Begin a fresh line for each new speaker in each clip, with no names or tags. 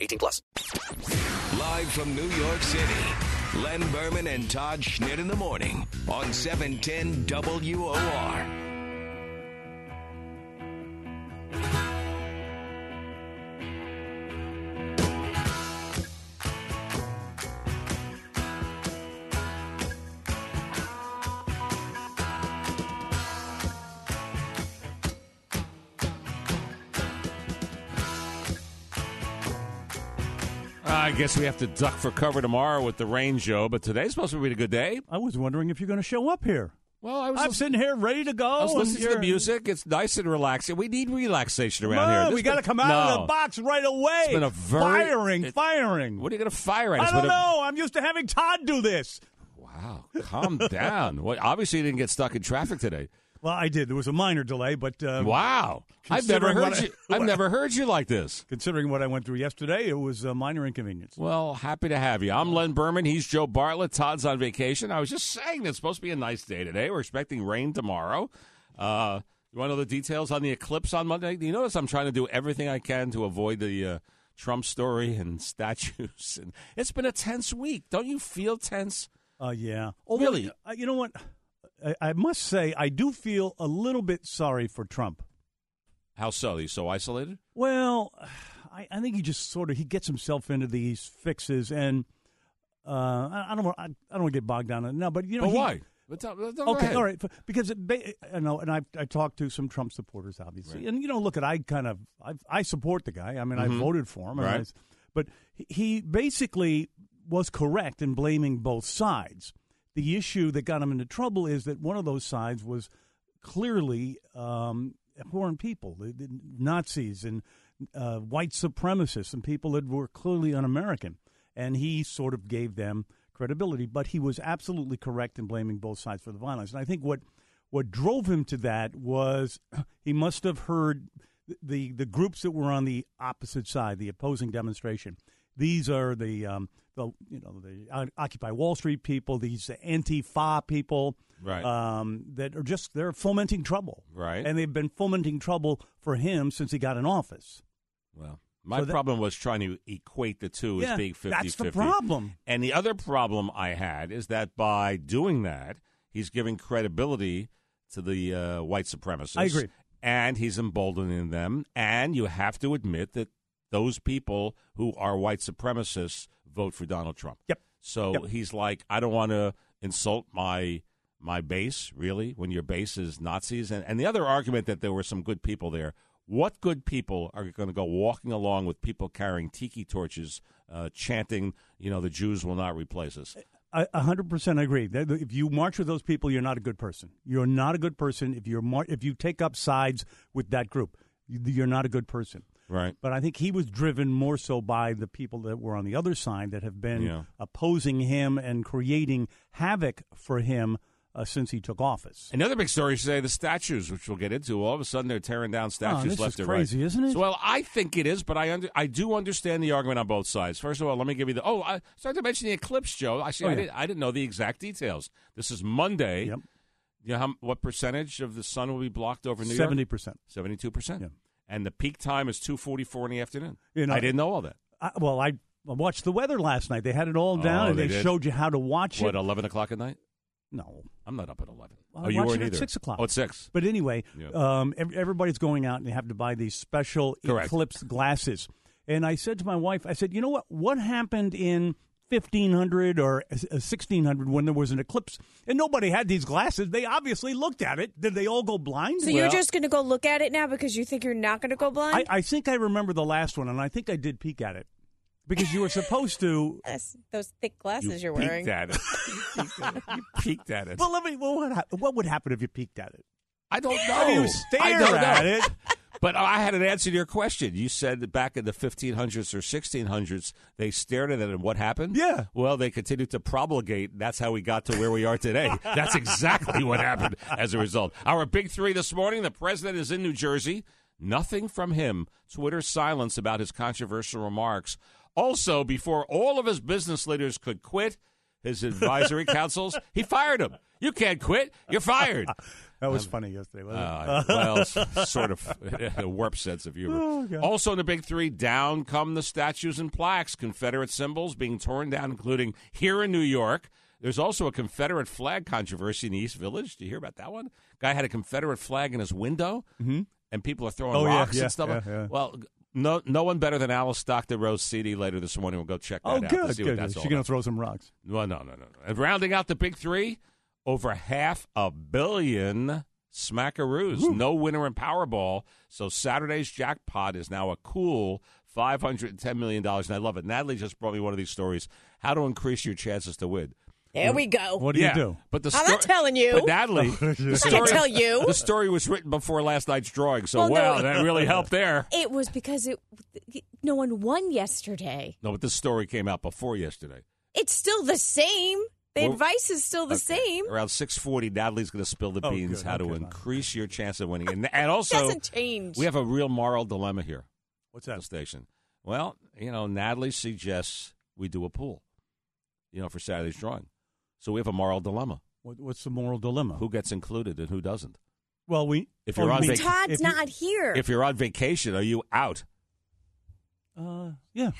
18 plus.
Live from New York City, Len Berman and Todd Schnitt in the morning on 710 WOR.
I guess we have to duck for cover tomorrow with the rain, Joe. But today's supposed to be a good day.
I was wondering if you're going to show up here.
Well, I was,
I'm
listening,
sitting here ready to go.
I was
Oh, and
listening Oh, to the
you're-
music. It's nice and relaxing. We need relaxation
Come
around here.
on,
This
we
been-
got to come out of
No.
the box right away.
It's been a very-
firing,
it-
firing.
What are you going to fire at?
I
It's
don't
been a-
know. I'm used to having Todd do this.
Wow, calm down. Well, obviously, you didn't get stuck in traffic today.
Well, I did. There was a minor delay, but uh,
Wow, I've never
Considering
heard
what I-
you. I've never heard you like this.
considering what I went through yesterday, it was a minor inconvenience.
Well, happy to have you. I'm Len Berman. He's Joe Bartlett. Todd's on vacation. I was just saying it's supposed to be a nice day today. We're expecting rain tomorrow. Uh, you want to know the details on the eclipse on Monday? You notice I'm trying to do everything I can to avoid the uh, Trump story and statues. And it's been a tense week. Don't you feel tense?
Uh, yeah.
Really?
Uh, you know what? I, I must say, I do feel a little bit sorry for Trump.
How so? He's so isolated.
Well, I, I think he just sort of he gets himself into these fixes, and uh, I, I don't want I, I don't want to get bogged down in it now. But you know
but
he-
why? But tell- uh, no, go
Okay,
ahead.
all right, f- because it, ba- I know, and I I talked to some Trump supporters, obviously, and you know, look at I kind of I, I support the guy. I mean, I voted for him, and I
Right.
was- but he- he basically was correct in blaming both sides. The issue that got him into trouble is that one of those sides was clearly um, foreign people, the, the Nazis and uh, white supremacists, and people that were clearly un-American, and he sort of gave them credibility. But he was absolutely correct in blaming both sides for the violence, and I think what what drove him to that was he must have heard the the groups that were on the opposite side, the opposing demonstration. These are the um, the you know the Occupy Wall Street people, these anti-fa people,
Right.
Um, that are just they're fomenting trouble,
Right.
And they've been fomenting trouble for him since he got in office.
Well, my
So that-
problem was trying to equate the two
Yeah,
as being 50
that's the problem.
And the other problem I had is that by doing that, he's giving credibility to the uh, white supremacists.
I agree.
And he's emboldening them. And you have to admit that those people who are white supremacists vote for Donald Trump.
Yep.
So
Yep.
he's like, I don't want to insult my my base, really, when your base is Nazis. And, and the other argument that there were some good people there. What good people are going to go walking along with people carrying tiki torches, uh, chanting, you know, the Jews will not replace us?
I a hundred percent agree. That- that If you march with those people, you're not a good person. You're not a good person if you're mar- if you take up sides with that group. you- You're not a good person.
Right.
But I think he was driven more so by the people that were on the other side that have been
Yeah.
opposing him and creating havoc for him uh, since he took office.
Another big story today: the statues, which we'll get into. All of a sudden, they're tearing down statues
Oh, this
left
is
and
crazy,
right.
isn't it?
So, well, I think it is, but I under, I do understand the argument on both sides. First of all, let me give you the oh, I started to mention the eclipse, Joe. I see.
Oh,
I,
yeah.
didn't, I didn't know the exact details. This is Monday.
Yep.
You know how, what percentage of the sun will be blocked over New
Seventy
York?
percent.
Seventy-two percent.
Yeah.
And the peak time is two forty-four in the afternoon.
You know-
I didn't know all that.
Well, I I watched the weather last night. They had it all
Oh,
down, and
they
they,
did?
showed you how to watch
What
it.
eleven o'clock at night?
No,
I'm not up at eleven.
Well,
oh,
I
you
watched
weren't
it at
either.
6 o'clock.
Oh, it's six.
But anyway,
Yeah.
um, ev- everybody's going out and they have to buy these special
Correct.
eclipse glasses. And I said to my wife, I said, you know what? What happened in 1500 or uh, 1600 when there was an eclipse and nobody had these glasses? They obviously looked at it. Did they all go blind?
So you're
Well-
just going to go look at it now because you think you're not going to go blind?
I, I think I remember the last one, and I think I did peek at it because you were supposed to.
That's those thick glasses
you
are wearing.
peeked at it. You peeked at it. You peeked at it.
Well, let me. Well, what, hap- what would happen if you peeked at it?
I don't know.
I mean, you stare
I don't know.
at it.
But I had an answer to your question. You said that back in the 1500s or 1600s, they stared at it, and what happened?
Yeah.
Well, they continued to promulgate. and That's how we got to where we are today. That's exactly what happened as a result. Our big three this morning the president is in New Jersey. Nothing from him. Twitter silence about his controversial remarks. Also, before all of his business leaders could quit, his advisory councils, he fired them. You can't quit. You're fired.
That was funny yesterday, wasn't it?
Uh, well, s- sort of a warped sense of humor.
Oh,
also, in the big three, down come the statues and plaques, Confederate symbols being torn down, including here in New York. There's also a Confederate flag controversy in the East Village. Did you hear about that one? Guy had a Confederate flag in his window, and people are throwing
Mm-hmm. Oh, yeah,
rocks
yeah,
and stuff.
yeah, yeah.
Well, g- no, no one better than Alice Stockton Rose City later this morning. We'll go check that
oh,
out
good.
to see
good.
what that's
She's
all
going to
about.
throw some rocks.
Well, no, no, no, no. And rounding out the big three, over half a billion smackaroos. No winner in Powerball. So Saturday's jackpot is now a cool $510 million. And I love it. Natalie just brought me one of these stories how to increase your chances to win.
There we go.
What do
yeah,
you do?
But the
I'm
sto-
not telling you.
But Natalie, the
I
story,
can tell you.
the story was written before last night's drawing. So,
Well, no.
wow, that really helped there.
It was because it no one won yesterday.
No, but this story came out before yesterday.
It's still the same. The
Well,
advice is still the
Okay.
same.
Around six forty, Natalie's going to spill the
Oh,
beans.
good.
How to
Okay, fine.
increase your chance of winning, and, and also
Doesn't change.
we have a real moral dilemma here
What's
at
that?
the station. Well, you know, Natalie suggests we do a pool, you know, for Saturday's drawing. So we have a moral dilemma:
What, what's the moral dilemma?
who gets included and who doesn't.
Well, we.
If you're
oh,
on
we-
vac-
Todd's
if you-
not here.
If you're on vacation, are you out?
Uh, yeah.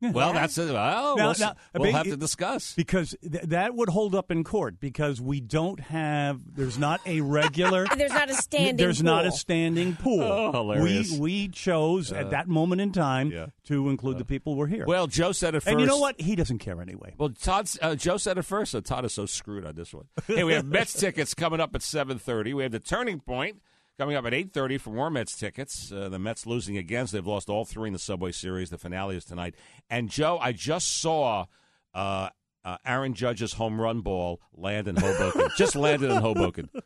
Yeah.
Well, that's a, well,
Now-
we'll, s-
now, I
we'll
mean,
have to
it-
discuss.
because th- that would hold up in court because we don't have. There's not a regular.
there's not a standing.
There's not a
pool.
standing pool.
Oh, hilarious. Uh,
We we chose at that moment in time
yeah. Uh,
to include the people who were here.
Well, Joe said it first.
and you know what? He doesn't care anyway.
Well, Todd's, uh, Joe said it first, so Todd is so screwed on this one. Hey, we have Mets tickets coming up at 7.30. We have the turning point coming up at 8.30 for more Mets tickets. Uh, the Mets losing again, so they've lost all three in the Subway Series. The finale is tonight. And, Joe, I just saw uh, uh, Aaron Judge's home run ball land in Hoboken. just landed in Hoboken.
1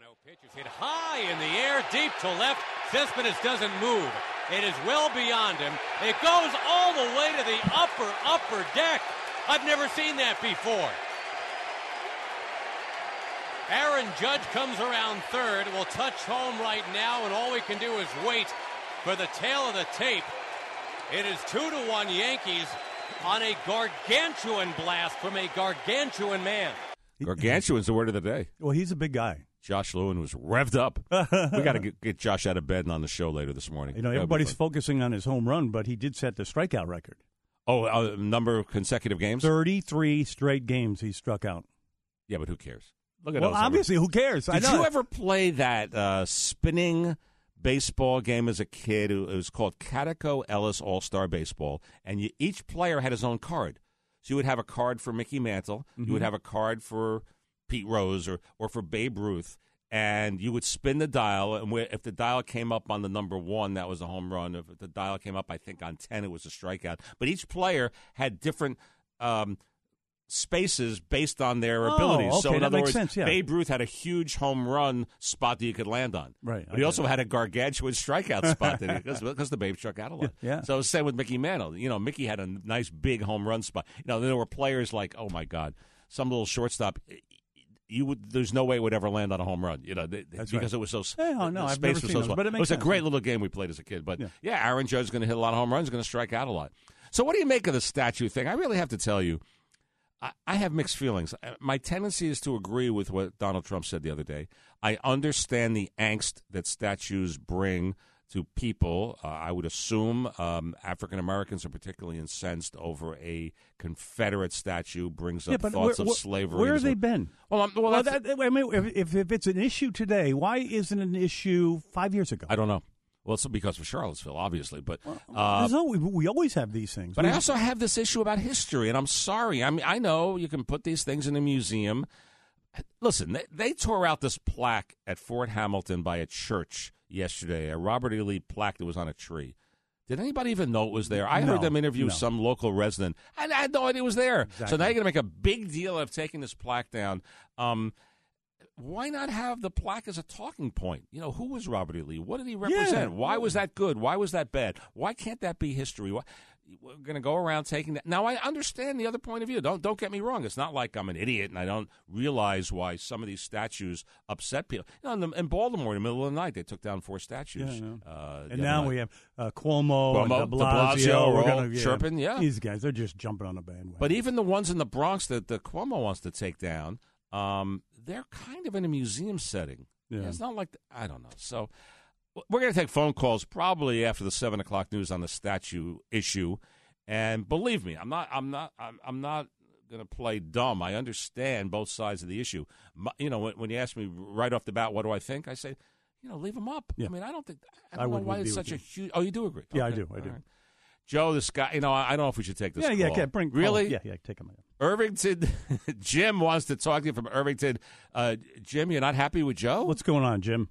0 pitch is hit high in the air, deep to left. Cespedes doesn't move. It is well beyond him. It goes all the way to the upper, upper deck. I've never seen that before. Aaron Judge comes around third, will touch home right now, and all we can do is wait for the tail of the tape. It is two to one Yankees on a gargantuan blast from a gargantuan man.
Gargantuan's the word of the day.
Well, he's a big guy.
Josh Lewin was revved up. we got to get, get Josh out of bed and on the show later this morning.
You know,
That'll be
everybody's
fun.
focusing on his home run, but he did set the strikeout record.
Oh, a number of consecutive games?
Thirty-three straight games he struck out.
Yeah, but who cares? Look at
Well,
those numbers.
obviously, who cares? I
Did
know.
you ever play that uh, spinning baseball game as a kid? It was called Catico Ellis All Star Baseball, and you, each player had his own card. So you would have a card for Mickey Mantle, you
Mm-hmm.
would have a card for Pete Rose or, or for Babe Ruth, and you would spin the dial. And where, if the dial came up on the number one, that was a home run. If the dial came up, I think on ten, it was a strikeout. But each player had different. Um, Spaces based on their
Oh,
abilities. so,
okay,
in
that
other
makes
words,
sense, yeah.
Babe Babe Ruth had a huge home run spot that you could land on.
Right,
But
I
he
get
also had a gargantuan strikeout spot that because the Babe struck out a lot.
Yeah, yeah.
So it was the same with Mickey Mantle. You know, Mickey had a nice big home run spot. You know, there were players like, oh my God, some little shortstop. You would, there's no way it would ever land on a home run, you know, th-
That's
because
right.
it was so. s-
Yeah, no,
the
no, I've
space
never
was
seen
so
those,
small.
but
was
it makes
a
sense.
great little game we played as a kid. But yeah,
Yeah.
Aaron Judge is going to hit a lot of home runs, going to strike out a lot. So what do you make of the statue thing? I really have to tell you, I, I have mixed feelings. Uh, My tendency is to agree with what Donald Trump said the other day. I understand the angst that statues bring to people. Uh, I would assume um, African Americans are particularly incensed over a Confederate statue brings up
Yeah, but
thoughts
where,
of
where-
slavery.
Where
and
have
so-
they been?
Well, I'm, well,
Well,
that's-
that, I mean, if, if, if it's an issue today, why isn't it an issue five years ago?
I don't know. Well, it's because of Charlottesville, obviously, but uh,
There's no- we, we always have these things.
But
We-
I also have this issue about history, and I'm sorry. I mean, I know you can put these things in a museum. Listen, they, they tore out this plaque at Fort Hamilton by a church yesterday, a Robert E. Lee plaque that was on a tree. Did anybody even know it was there? I heard
No,
them interview
no.
some local resident, and I had no idea it was there. So now
Exactly.
you're going to make a big deal of taking this plaque down. Um, why not have the plaque as a talking point? You know, who was Robert E. Lee? What did he represent? Why was that good? Why was that bad? Why can't that be history? Why, we're going to go around taking that. Now, I understand the other point of view. Don't don't get me wrong. It's not like I'm an idiot and I don't realize why some of these statues upset people. You know, in, the, in Baltimore, in the middle of the night, they took down four statues.
Yeah, I know.
uh, the
And
other
now
night.
we have uh, Cuomo,
Cuomo,
and De
de
Blasio.
Blasio
We're
are all
gonna-
chirping, yeah.
These guys, they're just jumping on the bandwagon.
But even the ones in the Bronx that the Cuomo wants to take down, um, they're kind of in a museum setting.
Yeah.
It's not like I don't know. So w- we're going to take phone calls probably after the seven o'clock news on the statue issue. And believe me, I'm not. I'm not. I'm, I'm not going to play dumb. I understand both sides of the issue. My, you know, when, when you ask me right off the bat, what do I think? I say, you know, leave them up. I
Yeah.
mean, I don't think. I
I
don't know
would
why
agree
it's
with
such
you.
a huge. Oh, you do agree?
Yeah, I
Okay.
do, I
All
do.
right. Joe, this guy. You know, I, I don't know if we should take this.
yeah, yeah,
call.
yeah, bring
really.
Yeah, yeah, take them.
Irvington, Jim wants to talk to you from Irvington. Uh, Jim, you're not happy with Joe?
What's going on, Jim?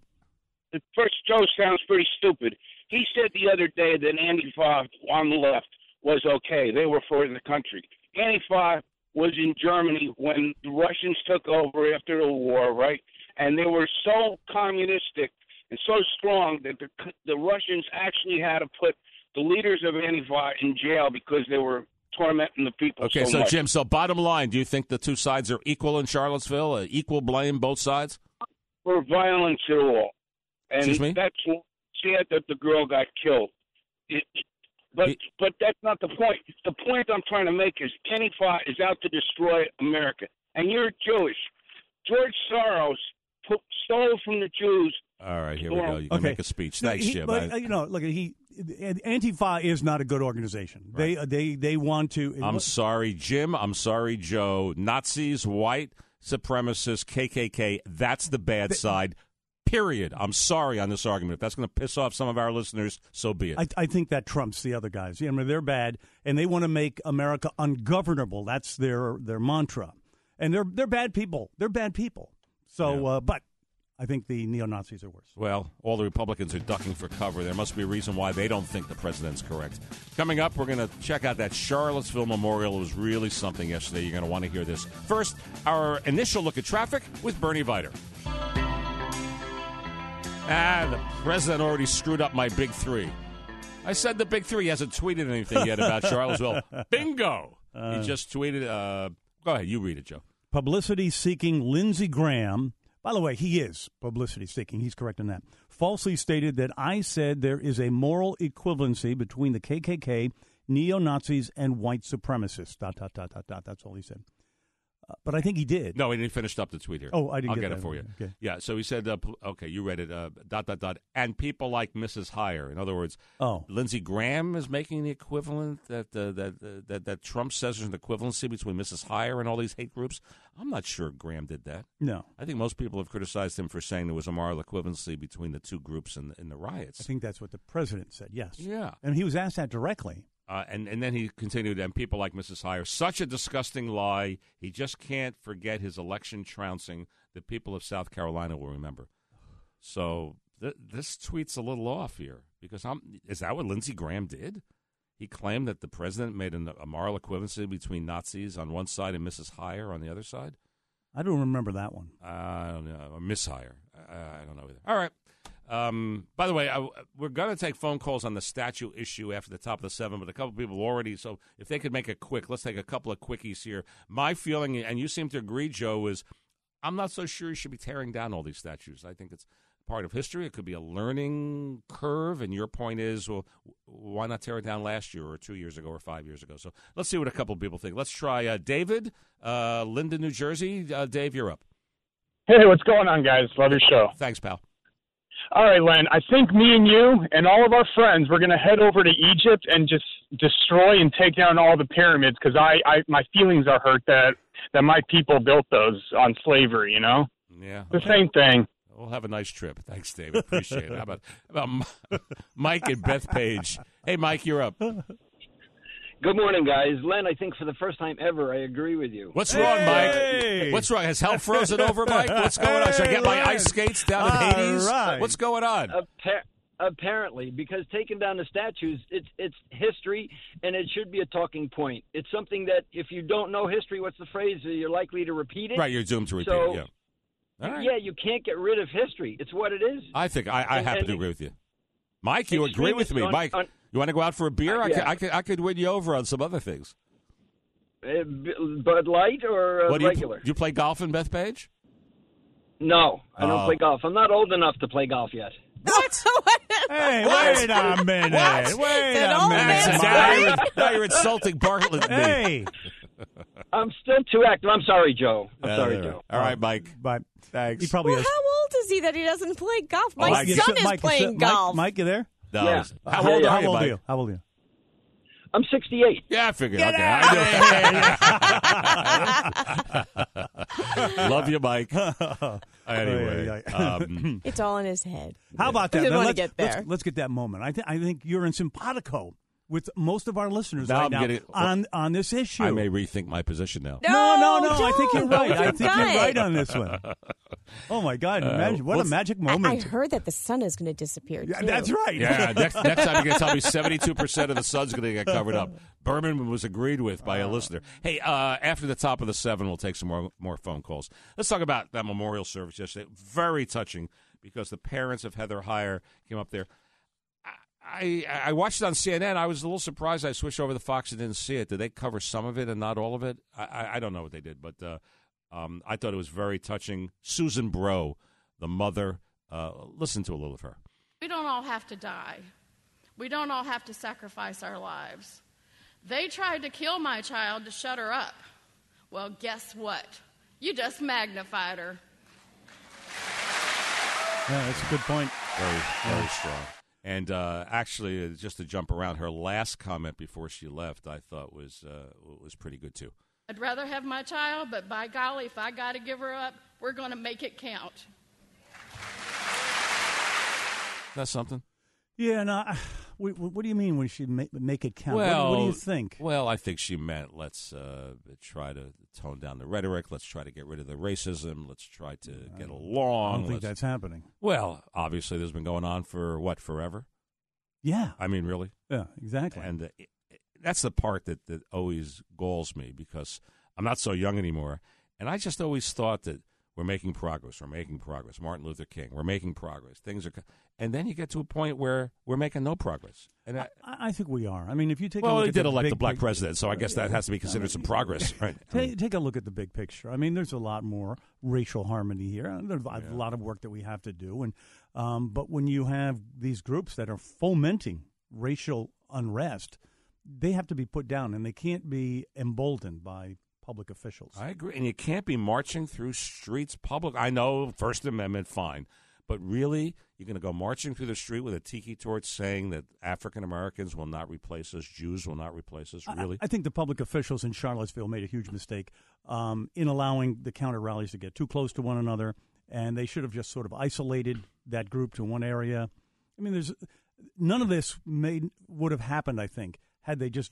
the first Joe sounds pretty stupid. He said the other day that Antifa on the left was okay. They were for the country. Antifa was in Germany when the Russians took over after the war, right? And they were so communistic and so strong that the, the Russians actually had to put the leaders of Antifa in jail because they were tormenting the people.
okay,
so,
so
much.
Jim, so bottom line, do you think the two sides are equal in Charlottesville? Uh, equal blame both sides?
for violence at all. And
Excuse me?
that's wh- sad that the girl got killed. It, but
He-
but that's not the point. The point I'm trying to make is Antifa is out to destroy America, and you're Jewish. George Soros put, stole from the Jews.
All right, here we go. You can
okay.
make a speech.
No,
Thanks,
he-
Jim.
But, uh,
I,
you know, look, he Antifa is not a good organization. They uh, they they want to.
I'm sorry, Jim. I'm sorry, Joe. Nazis, white supremacists, KKK, that's the bad side. Period. I'm sorry on this argument. If that's going to piss off some of our listeners, so be it.
I, I think that trumps the other guys. Yeah, I mean, they're bad, and they want to make America ungovernable. That's their their mantra, and they're they're bad people. They're bad people. So, uh, but I think the neo Nazis are worse.
Well, all the Republicans are ducking for cover. There must be a reason why they don't think the president's correct. Coming up, we're going to check out that Charlottesville memorial. It was really something yesterday. You're going to want to hear this. First, our initial look at traffic with Bernie Viter. Ah, the president already screwed up my big three. I said the big three He hasn't tweeted anything yet about Charlottesville. Bingo! he just tweeted. Uh, go ahead, you read it, Joe.
Publicity seeking Lindsey Graham. By the way, he is publicity seeking. He's correct in that. Falsely stated that I said there is a moral equivalency between the KKK, neo Nazis, and white supremacists. Dot dot dot dot dot. That's all he said. Uh, but I think he did.
No, he finished up the tweet here.
Oh, I didn't
I'll
get
get, it
that.
for you.
Okay.
Yeah, so he said, uh, pl- okay, you read it. Uh, dot dot dot. And people like Mrs. Hire. In other words,
Oh.
Lindsey Graham is making the equivalent that uh, that, uh, that that Trump says there's an equivalency between Mrs. Hire and all these hate groups. I'm not sure Graham did that.
No.
I think most people have criticized him for saying there was a moral equivalency between the two groups in, in the
I
riots.
think that's what the president said. Yes.
Yeah.
And he was asked that directly.
Uh, and and then he continued, and people like Mrs. Hire, such a disgusting lie. He just can't forget his election trouncing. The people of South Carolina will remember. So th- this tweet's a little off here because I'm. Is that what Lindsey Graham did? He claimed that the president made an, a moral equivalency between Nazis on one side and Mrs. Hire on the other side.
I don't remember that one.
Uh, I don't know. Or mishire. Uh, I, I don't know either. All right. Um, by the way, I, we're going to take phone calls on the statue issue after the top of the seven, but a couple people already. So if they could make it quick, let's take a couple of quickies here. My feeling, and you seem to agree, Joe, is I'm not so sure you should be tearing down all these statues. I think it's part of history. It could be a learning curve. And your point is, well, w- why not tear it down last year or two years ago or five years ago? So let's see what a couple of people think. Let's try uh, David, uh, Linden, New Jersey. Uh, Dave, you're up.
Hey, what's going on, guys? Love your show.
Thanks, pal.
All right, Len. I think me and you and all of our friends we're gonna head over to Egypt and just destroy and take down all the pyramids because I, I my feelings are hurt that that my people built those on slavery. You know,
Yeah,
the same thing.
we'll have a nice trip. Thanks, David. Appreciate it. How about, how about M- Mike and Beth Page? Hey, Mike, you're up.
Good morning, guys. Len, I think for the first time ever, I agree with you.
What's wrong, Mike? What's wrong? Has hell frozen over, Mike? What's going on? Should I get my ice skates down in
All
Hades?
right.
What's going on?
Appa- apparently, because taking down the statues, it's it's history, and it should be a talking point. It's something that if you don't know history, what's the phrase? You're likely to repeat it.
Right, you're doomed to repeat
so
it. Yeah. All right.
Yeah, you can't get rid of history. It's what it is.
I think I, I
And-
happen to
and-
agree with you. Mike, you agree with me.
on-
Mike,
on-
you want to go out for a beer?
Uh,
I, could,
yeah.
I, could, I could win you over on some other things.
Uh, B- Bud Light or uh,
what do you, pl-
regular?
do you play golf in Bethpage?
No, I don't
Oh.
play golf. I'm not old enough to play golf yet.
Hey, wait a minute. Wait
An
a
old
minute.
man's
now,
Mike.
you're, now you're insulting Bartlett. and me.
Hey.
I'm still too active. I'm sorry, Joe. I'm
Yeah,
sorry,
all right.
Joe.
All right, Mike.
Um, But
Thanks.
he probably
Well, how
has.
old is he that he doesn't play golf? My
Mike, you
son
said-
is
Mike, Oh, you said-
playing
Mike-
golf.
Mike, you there?
No,
Yeah.
it's- How old
Yeah,
are
How
you,
old are
Mike?
you? How old are you?
I'm 68.
Yeah, I figured. okay, I know. Love you, Mike.
Ay,
Anyway,
ay, ay.
um,
It's all in his head.
How about that?
didn't
Now,
wanna
let's,
get
let's-
there.
Let's, get that moment. I, th- I think you're in simpatico with most of our listeners
Now
right
I'm
now
getting- oh,
on on this issue.
I may rethink my position now.
no, no,
No,
no, I think you're
don't.
right. I
You're
think you're
right.
right on this one. Oh my God! imagine- what a
Uh, what's-
magic
I, I
moment.
heard that the sun is going to disappear.
Yeah,
too.
that's right.
Yeah, next, next time you're going to tell me 72% of the sun's going to get covered up. Berman was agreed with by a listener. Hey, uh, after the top of the seven, we'll take some more, more phone calls. Let's talk about that memorial service yesterday. Very touching because the parents of Heather Heyer came up there. I, I, I watched it on CNN. I was a little surprised I switched over to Fox and didn't see it. Did they cover some of it and not all of it? I, I, I don't know what they did, but uh, um, I thought it was very touching. Susan Bro, the mother, uh, listen to a little of her.
We don't all have to die. We don't all have to sacrifice our lives. They tried to kill my child to shut her up. Well, guess what? You just magnified her.
Yeah, that's a good point.
Very, very strong. And uh, actually, uh, just to jump around, her last comment before she left, I thought was uh, was pretty good too.
I'd rather have my child, but by golly, if I got to give her up, we're going to make it count.
That's something.
Yeah, no. I- we- we- what do you mean when she ma- make it count? What- what, do you think?
Well, I think she meant let's uh, try to tone down the rhetoric. Let's try to get rid of the racism. Let's try to get along.
I don't think
Let's-
that's happening.
well, obviously, this has been going on for what forever.
Yeah,
I mean, really.
yeah, exactly.
And uh, it- it- that's the part that, that always galls me because I'm not so young anymore. And I just always thought that we're making progress, we're making progress. Martin Luther King, we're making progress. Things are. co- And then you get to a point where we're making no progress. And I,
I, I think we are. I mean, if you take a
well,
look
they
at
did
the
elect
big
a black
pic-
president, so I guess that has to be considered some progress, right?
Ta- take a look at the big picture. I mean, there's a lot more racial harmony here. and There's a lot- a lot of work that we have to do, and um, but when you have these groups that are fomenting racial unrest, they have to be put down, and they can't be emboldened by public officials.
I agree. And you can't be marching through streets public. I know, First Amendment, fine. But really, you're going to go marching through the street with a tiki torch saying that African Americans will not replace us, Jews will not replace us?
I-
Really?
Uh, I, think the public officials in Charlottesville made a huge mistake um, in allowing the counter rallies to get too close to one another, and they should have just sort of isolated that group to one area. I mean, there's none of this made would have happened. I think had they just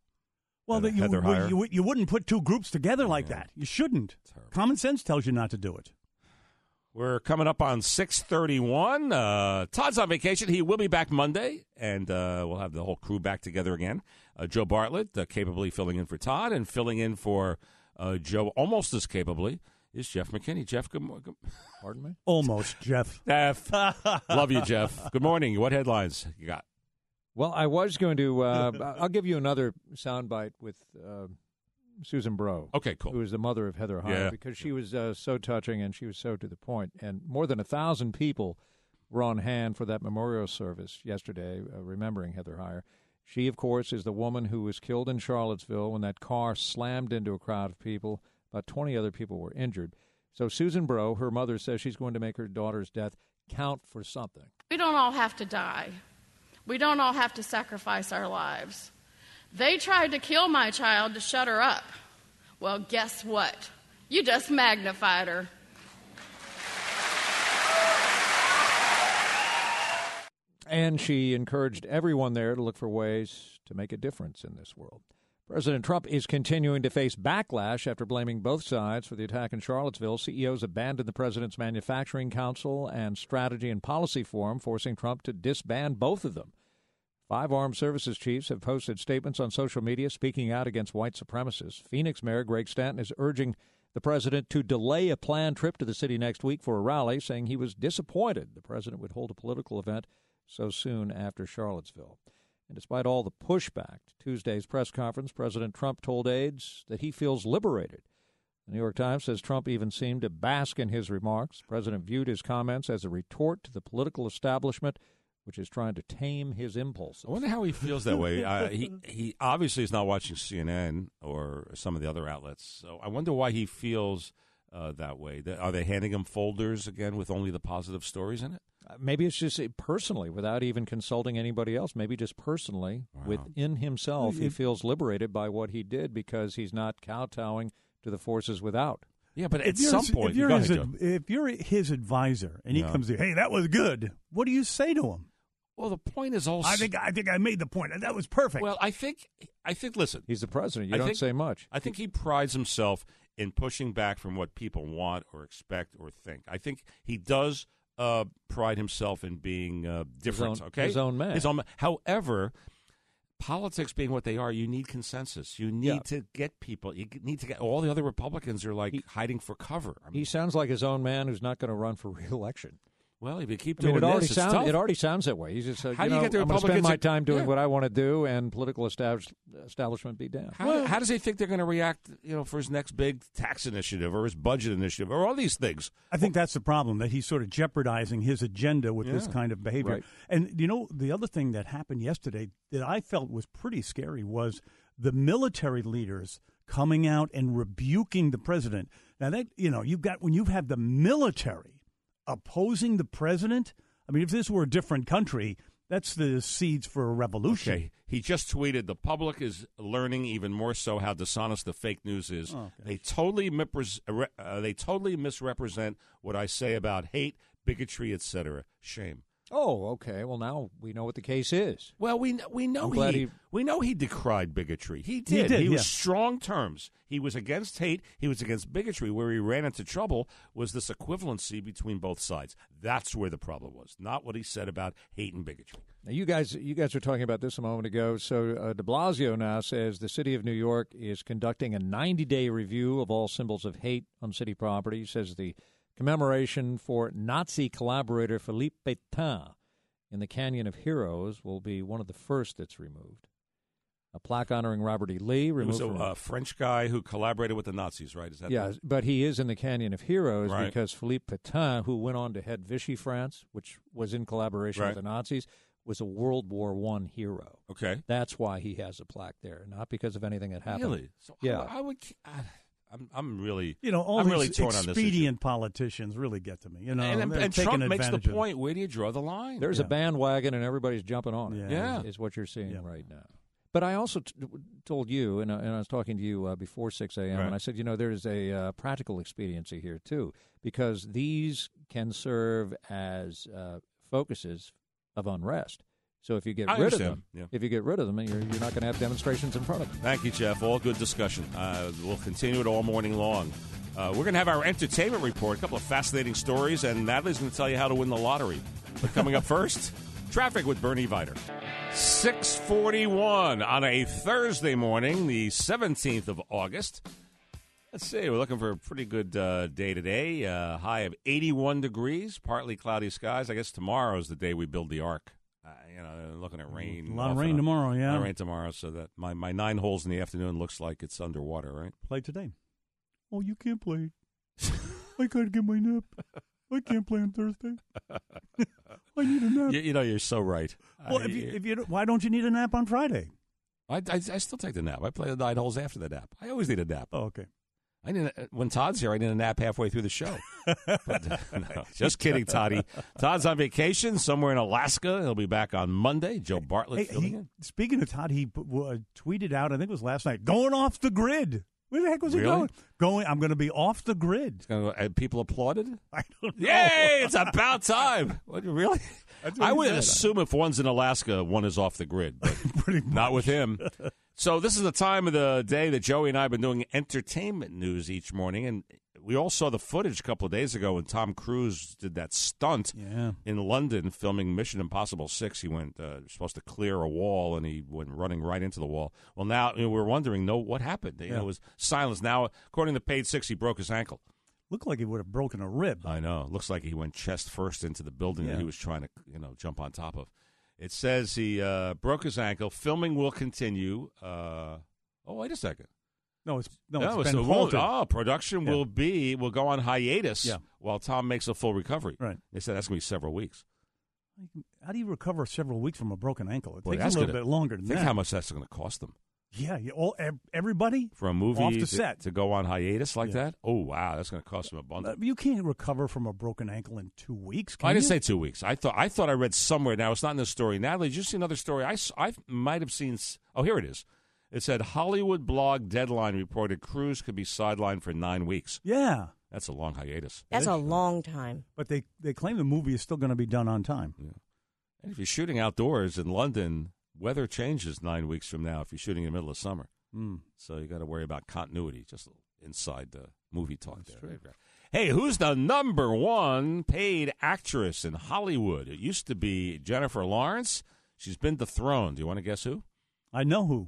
Well,
Heather-
that you,
Heather
would-
Heyer.
you, would- you wouldn't put two groups together like that. You shouldn't. Common sense tells you not to do it.
We're coming up on 631. Uh, Todd's on vacation. He will be back Monday, and uh, we'll have the whole crew back together again. Uh, Joe Bartlett, uh, capably filling in for Todd, and filling in for uh, Joe almost as capably is Jeff McKinney. Jeff, good morning. Pardon me?
Oh,
Almost, Jeff.
Jeff. Love you, Jeff. Good morning. What headlines you got?
Well, I was going to. Uh, I'll give you another soundbite with uh, Susan Bro.
Okay, cool.
Who is the mother of Heather Heyer
Yeah.
because she was uh, so touching and she was so to the point. And more than a thousand people were on hand for that memorial service yesterday, uh, remembering Heather Heyer. She, of course, is the woman who was killed in Charlottesville when that car slammed into a crowd of people. About 20 other people were injured. So Susan Bro, her mother, says she's going to make her daughter's death count for something.
We don't all have to die. We don't all have to sacrifice our lives. They tried to kill my child to shut her up. Well, guess what? You just magnified her.
And she encouraged everyone there to look for ways to make a difference in this world. President Trump is continuing to face backlash after blaming both sides for the attack in Charlottesville. CEOs abandoned the president's Manufacturing Council and Strategy and Policy Forum, forcing Trump to disband both of them. Five armed services chiefs have posted statements on social media speaking out against white supremacists. Phoenix Mayor Greg Stanton is urging the president to delay a planned trip to the city next week for a rally, saying he was disappointed the president would hold a political event so soon after Charlottesville. And despite all the pushback to Tuesday's press conference, President Trump told aides that he feels liberated. The New York Times says Trump even seemed to bask in his remarks. The president viewed his comments as a retort to the political establishment, which is trying to tame his impulses.
I wonder how he feels that way. Uh, he he obviously is not watching CNN or some of the other outlets, so I wonder why he feels uh, that way. Th- Are they handing him folders again with only the positive stories in it?
Uh, Maybe it's just uh, personally, without even consulting anybody else. Maybe just personally, within himself, he
It-
feels liberated by what he did because he's not kowtowing to the forces without.
Yeah, but
if you're his- if you're, his, ad- if you're his advisor and he
Yeah.
comes to you, hey, that was good. What do you say to him?
Well, the point is also.
I think I think I made the point. That was perfect.
Well, I think I think. Listen,
he's the president. You
I
don't
think-
say much.
I think he prides himself in pushing back from what people want or expect or think. I think he does uh, pride himself in being uh, different.
own-
okay,
his own man.
His own. ma- However, politics being what they are, you need consensus. You need
Yeah.
to get people. You need to get all the other Republicans are like hiding for cover. I mean,
He sounds like his own man who's not going to run for reelection.
well, if you keep
I mean,
doing
it already
this,
sounds
it's tough.
it already sounds that way. He's just uh,
How
you
do you
know,
get the
I'm gonna spend
Republicans
my
to-
time doing
Yeah.
what I want to do, and political establish, establishment be damned.
How, how does he think they're going to react, you know, for his next big tax initiative or his budget initiative or all these things?
I think that's the problem that he's sort of jeopardizing his agenda with this
Yeah,
kind of behavior.
right.
And you know, the other thing that happened yesterday that I felt was pretty scary was the military leaders coming out and rebuking the president. Now that you know, you've got when you have the military opposing the president. I mean, if this were a different country, that's the seeds for a revolution.
Okay. He just tweeted the public is learning even more so how dishonest the fake news is. they totally mipres- uh, re- uh, they totally misrepresent what I say about hate, bigotry, etc. Shame.
Oh, okay. Well, now we know what the case is.
Well, we kn- we know
I'm glad
he,
he-
we know he decried bigotry. He
He
did. He,
did,
was
yeah.
strong terms. He was against hate. He was against bigotry. Where he ran into trouble was this equivalency between both sides. That's where the problem was, not what he said about hate and bigotry.
Now, you guys, you guys were talking about this a moment ago. So, uh, De Blasio now says the city of New York is conducting a 90-day review of all symbols of hate on city property. He says the commemoration for Nazi collaborator Philippe Pétain in the Canyon of Heroes will be one of the first that's removed. A plaque honoring Robert E. Lee
He
removed.
was a
from-
uh, French guy who collaborated with the Nazis, right? Is that
yeah, but he is in the Canyon of Heroes
Right.
because Philippe Pétain, who went on to head Vichy France, which was in collaboration
Right.
with the Nazis, was a World War One hero.
Okay.
that's why he has a plaque there, not because of anything that happened.
Really? So I-
yeah,
I, would. I, I'm, I'm really.
You know, all
I'm
these
really torn on this. issue.
expedient politicians really get to me. You know,
and, and,
they're
and
taking
Trump makes the
advantage of it.
point. Where do you draw the line?
there's a bandwagon and everybody's jumping on it.
Yeah.
Yeah.
is, is what you're seeing right now. But I also t- told you, and, I- and I was talking to you uh, before 6 a.m.,
Right.
and I said, you know, there is a uh, practical expediency here, too, because these can serve as uh, focuses of unrest. So if you get
I
rid of
understand.
them,
Yeah.
if you get rid of them, then you're, you're not going to have demonstrations in front of them.
Thank you, Jeff. All good discussion. Uh, we'll continue it all morning long. Uh, we're going to have our entertainment report, a couple of fascinating stories, and Natalie's going to tell you how to win the lottery. But coming up first, traffic with Bernie Viter. 641 on a Thursday morning, the 17th of August. Let's see, we're looking for a pretty good uh, day today. Uh, high of 81 degrees, partly cloudy skies. I guess tomorrow is the day we build the ark. Uh, you know, looking at rain.
A lot
off
of
and
rain
on.
tomorrow,
A lot
yeah.
of rain tomorrow, so that my, my nine holes in the afternoon looks like it's underwater, right?
play today. Oh, you can't play. I can't get my nap. I can't play on Thursday. I need a nap.
You, you know, you're so right. Uh,
well,
I,
if you, if you don't- why don't you need a nap on Friday?
I, I, I still take the nap. I play the nine holes after the nap. I always need a nap.
Oh, okay.
I need a, when Todd's here. I need a nap halfway through the show. But, uh, no, just kidding, Toddy. Todd's on vacation somewhere in Alaska. He'll be back on Monday. Joe Bartlett.
Hey,
filling
he-
in.
speaking of Todd, he p- w- uh, tweeted out, I think it was last night, going off the grid. Where the heck was
Really?
he going? Going, I'm going to be off the grid.
It's gonna go- uh, people applauded.
I don't know.
Yay! It's about time. What, really?
That's what
I
he
would
said.
assume if one's in Alaska, one is off the grid. But Not with him. so this is the time of the day that Joey and I have been doing entertainment news each morning, and we all saw the footage a couple of days ago when Tom Cruise did that stunt in London filming Mission Impossible Six. He went uh, supposed to clear a wall, and he went running right into the wall. Well, now you know, we're wondering, no, what happened? You know,
Yeah.
it was silence. Now, according to Page Six, he broke his ankle.
Looked like he would have broken a rib.
I know. Looks like he went chest first into the building that
Yeah.
he was trying to, you know, jump on top of. It says he uh, broke his ankle. Filming will continue. Uh, oh, wait a second.
No, it's, no, it's
it's-
been
it won't-
halted.
Oh, production
Yeah.
will be will go on hiatus
Yeah.
while Tom makes a full recovery.
Right.
They said that's going to be several weeks.
How do you recover several weeks from a broken ankle? It
Boy,
takes
that's
a little
gonna-
bit longer than
Think
that.
how much that's going to cost them
Yeah, you, all, ev- everybody
for a movie
off the
to,
set.
to go on hiatus like
Yeah.
that. Oh wow, that's going to cost them a bunch.
Uh, You can't recover from a broken ankle in two weeks. Can
I didn't
you?
say two weeks. I thought I thought I read somewhere. Now it's not in the story. Natalie, did you see another story? I, s- I might have seen. s- Oh, here it is. It said Hollywood blog Deadline reported Cruz could be sidelined for nine weeks.
Yeah,
That's a long hiatus.
That's a long time.
but they they claim the movie is still going to be done on time.
And if you're shooting outdoors in London, weather changes nine weeks from now. If you're shooting in the middle of summer,
Mm.
so you got to worry about continuity. Just inside the movie talk. there. Hey, who's the number one paid actress in Hollywood? It used to be Jennifer Lawrence. She's been dethroned. Do you want to guess who?
I know who.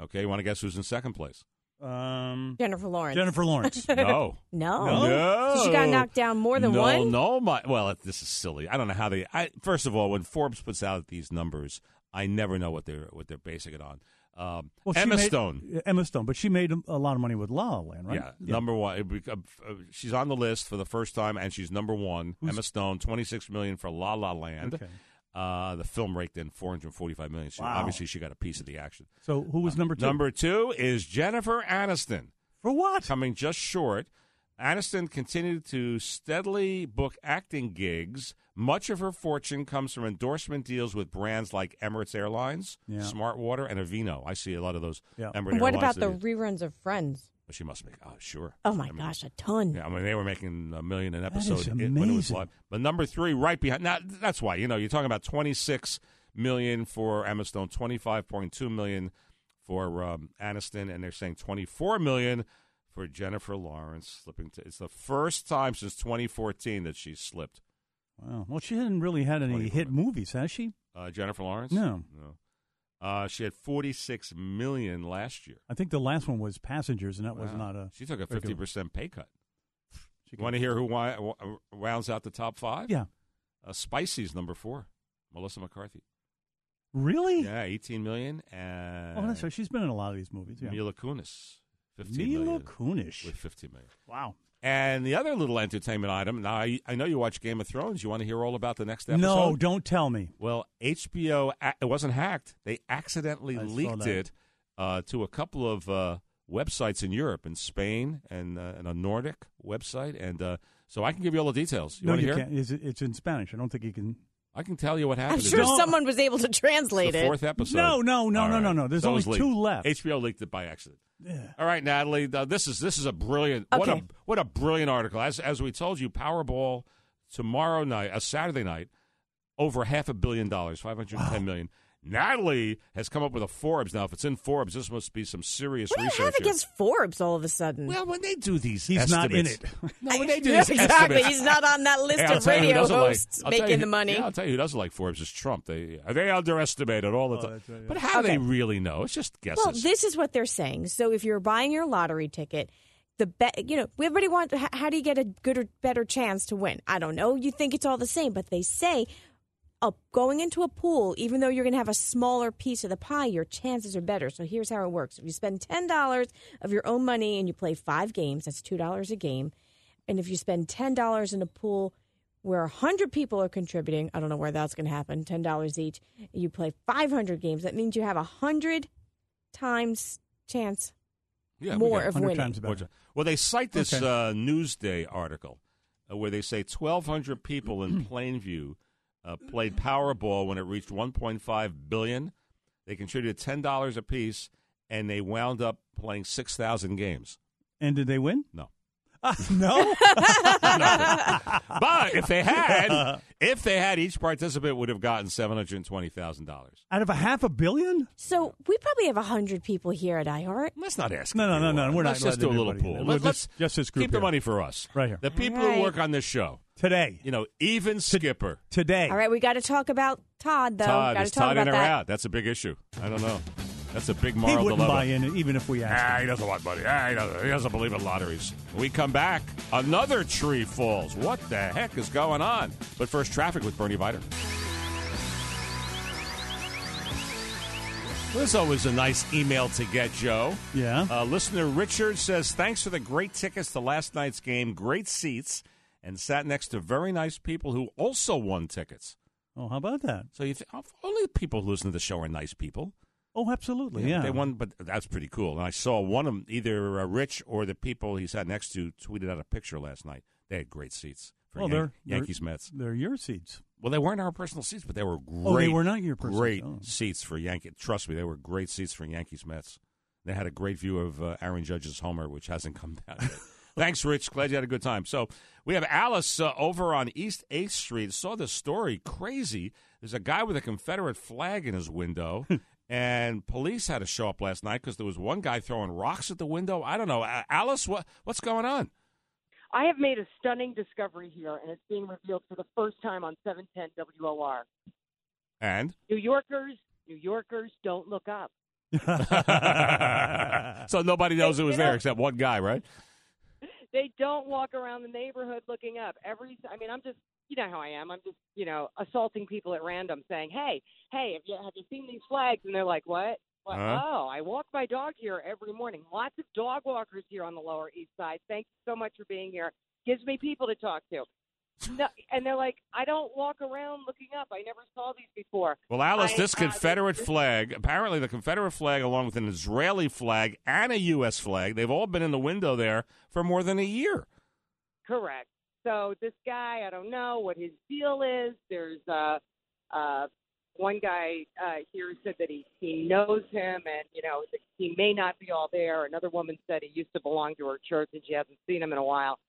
Okay, you want to guess who's in second place?
Um,
Jennifer Lawrence.
Jennifer Lawrence.
No.
no.
No.
So she got knocked down more than
no,
one?
No, my well, this is silly. I don't know how they. I, first of all, when Forbes puts out these numbers, I never know what they're what they're basing it on. Um,
Well, she
Emma
made-
Stone,
uh, Emma Stone, but she made a lot of money with La La Land, right?
yeah, number one. It bec- uh, She's on the list for the first time, and she's number one.
Who's-
Emma Stone, twenty six million for La La Land.
Okay.
Uh, the film raked in four hundred forty five million. So
Wow.
obviously, she got a piece of the action.
So who was number two?
Number two is Jennifer Aniston.
For what?
Coming just short. Aniston continued to steadily book acting gigs. Much of her fortune comes from endorsement deals with brands like Emirates Airlines,
Yeah.
Smart Water, and Aveeno. I see a lot of those
yeah.
Emirates
What
Airlines
about the
that-
reruns of Friends?
well, she must make. Oh, sure.
Oh my gosh, a ton.
Yeah, I mean they were making a million an
That is
episode i- when it was
amazing.
live. But number three, right behind. Now that's why you know you're talking about 26 million for Emma Stone, 25.2 million for um, Aniston, and they're saying 24 million for Jennifer Lawrence slipping. To, it's the first time since 2014 that she's slipped.
Wow. Well, she hadn't really had any hit movies, has she?
Uh, Jennifer Lawrence?
No.
no. Uh, she had 46 million last year.
I think the last one was Passengers, and that was
Wow.
not a.
She took a
regular-
50% pay cut.
She
Want to hear who wi- w- rounds out the top five?
Yeah.
Uh, Spicy's number four, Melissa McCarthy.
Really?
Yeah, 18 million. And
Oh, that's right. She's been in a lot of these movies. Yeah.
Mila Kunis. 15
Mila
million
Kunis.
With 15 million.
Wow.
And the other little entertainment item. Now, I, I know you watch Game of Thrones. You want to hear all about the next episode?
No, don't tell me.
Well, HBO, a- it wasn't hacked. They accidentally
I saw
leaked
that.
it uh, to a couple of uh, websites in Europe, in Spain, and, uh, and a Nordic website. And uh, so I can give you all the details. You
no,
want to
you
hear?
can't. Is it, it's in Spanish. I don't think you can.
I can tell you what
I'm
happened.
sure
It's
someone was able to translate
the
it.
fourth episode.
No, no, no,
All
no, no, no. There's
So it
only
was leaked.
two left.
HBO leaked it by accident. All right, Natalie. th- this is this is a brilliant. What a
Okay.
what a brilliant article. As as we told you, Powerball tomorrow night, a Saturday night, over half a billion dollars, five hundred and ten million. Natalie has come up with a Forbes. Now, if it's in Forbes, this must be some serious
What do you
research.
have
here.
against Forbes all of a sudden?
Well, when they do these,
He's not in
estimates-
it.
No, when they do
Yeah,
these
exactly.
estimates-
He's not on that list
Hey, I'll
of
tell you who
radio
doesn't like-
hosts
I'll tell you
making
who-
the money.
Yeah, I'll tell you who doesn't like Forbes is Trump. They they underestimate it all
Oh,
the time. But how do they really know? It's just guesses.
Well, this is what they're saying. So if you're buying your lottery ticket, the bet, you know, everybody wants. h- How do you get a good or better chance to win? I don't know. You think it's all the same, but they say, uh, going into a pool, even though you're going to have a smaller piece of the pie, your chances are better. So here's how it works: if you spend ten dollars of your own money and you play five games, that's two dollars a game, and if you spend ten dollars in a pool where 100 people are contributing. I don't know where that's going to happen. $10 each. You play 500 games. That means you have 100 times chance
Yeah, we
more
got
of
100
winning.
times the budget. Well, they cite this
Okay.
uh, Newsday article uh, where they say 1,200 people in Plainview uh, played Powerball when it reached 1.5 billion. They contributed ten dollars apiece, and they wound up playing 6,000 games.
And did they win?
No.
no.
But if they had, if they had, each participant would have gotten seven hundred twenty thousand dollars.
Out of a half a billion?
So we probably have 100 people here at iHeart.
Let's not ask.
No, no, no, no. We're
Let's
not
just do a
letting
little
anybody in.
pool.
We're
Let, us
just, just this group
keep the
here.
money for us,
Right here.
The people
All right.
who work on this show
today.
You know, even Skipper
today.
All right, we got to talk about Todd, though.
Todd
got
is
to talk
Todd in
about
or
that.
out? That's a big issue. I don't know. That's a big
He
moral
wouldn't
dilemma.
buy in even if we asked.
Ah, he doesn't want money. Ah, he, doesn't, he doesn't believe in lotteries. When we come back. Another tree falls. What the heck is going on? But first, traffic with Bernie Viter. There's always a nice email to get, Joe.
Yeah.
Uh, listener Richard says, Thanks for the great tickets to last night's game, great seats, and sat next to very nice people who also won tickets.
Oh, how about that?
So you think "Oh, only people who listen to the show are nice people.
Oh, absolutely. Yeah.
They won, but that's pretty cool. And I saw one of them, either uh, Rich or the people he sat next to, tweeted out a picture last night. They had great seats. For
Well,
Yan-
Oh, they're- they're-
Yankees Mets.
They're your seats.
Well, they weren't our personal seats, but they were great.
Oh, they were not your personal-
Great
oh.
seats for Yankee. Trust me, they were great seats for Yankees Mets. They had a great view of uh, Aaron Judge's homer, which hasn't come down yet. Thanks, Rich. Glad you had a good time. So we have Alice uh, over on East 8th Street. Saw this story. Crazy. There's a guy with a Confederate flag in his window. And police had to show up last night because there was one guy throwing rocks at the window. I don't know, A- Alice. What what's going on?
I have made a stunning discovery here, and it's being revealed for the first time on 710 WOR.
And
New Yorkers, New Yorkers, don't look up.
so nobody knows who was there except one guy, right?
They don't walk around the neighborhood looking up. Every, I mean, I'm just, you know how I am. I'm just, you know, assaulting people at random, saying, "Hey, hey, have you have you seen these flags?" And they're like, "What?" Like,
Huh?
Uh-huh.
Oh, I walk my dog here every morning. Lots of dog walkers here on the Lower East Side. Thank you so much for being here. Gives me people to talk to. No, and they're like, I don't walk around looking up. I never saw these before.
Well, Alice,
I-
this
uh, this-
Confederate
this-
flag, apparently the Confederate flag, along with an Israeli flag and a U.S. flag, they've all been in the window there for more than a year.
Correct. So this guy, I don't know what his deal is. There's uh, uh, one guy uh, here said that he he knows him, and you know that he may not be all there. Another woman said he used to belong to her church, and she hasn't seen him in a while.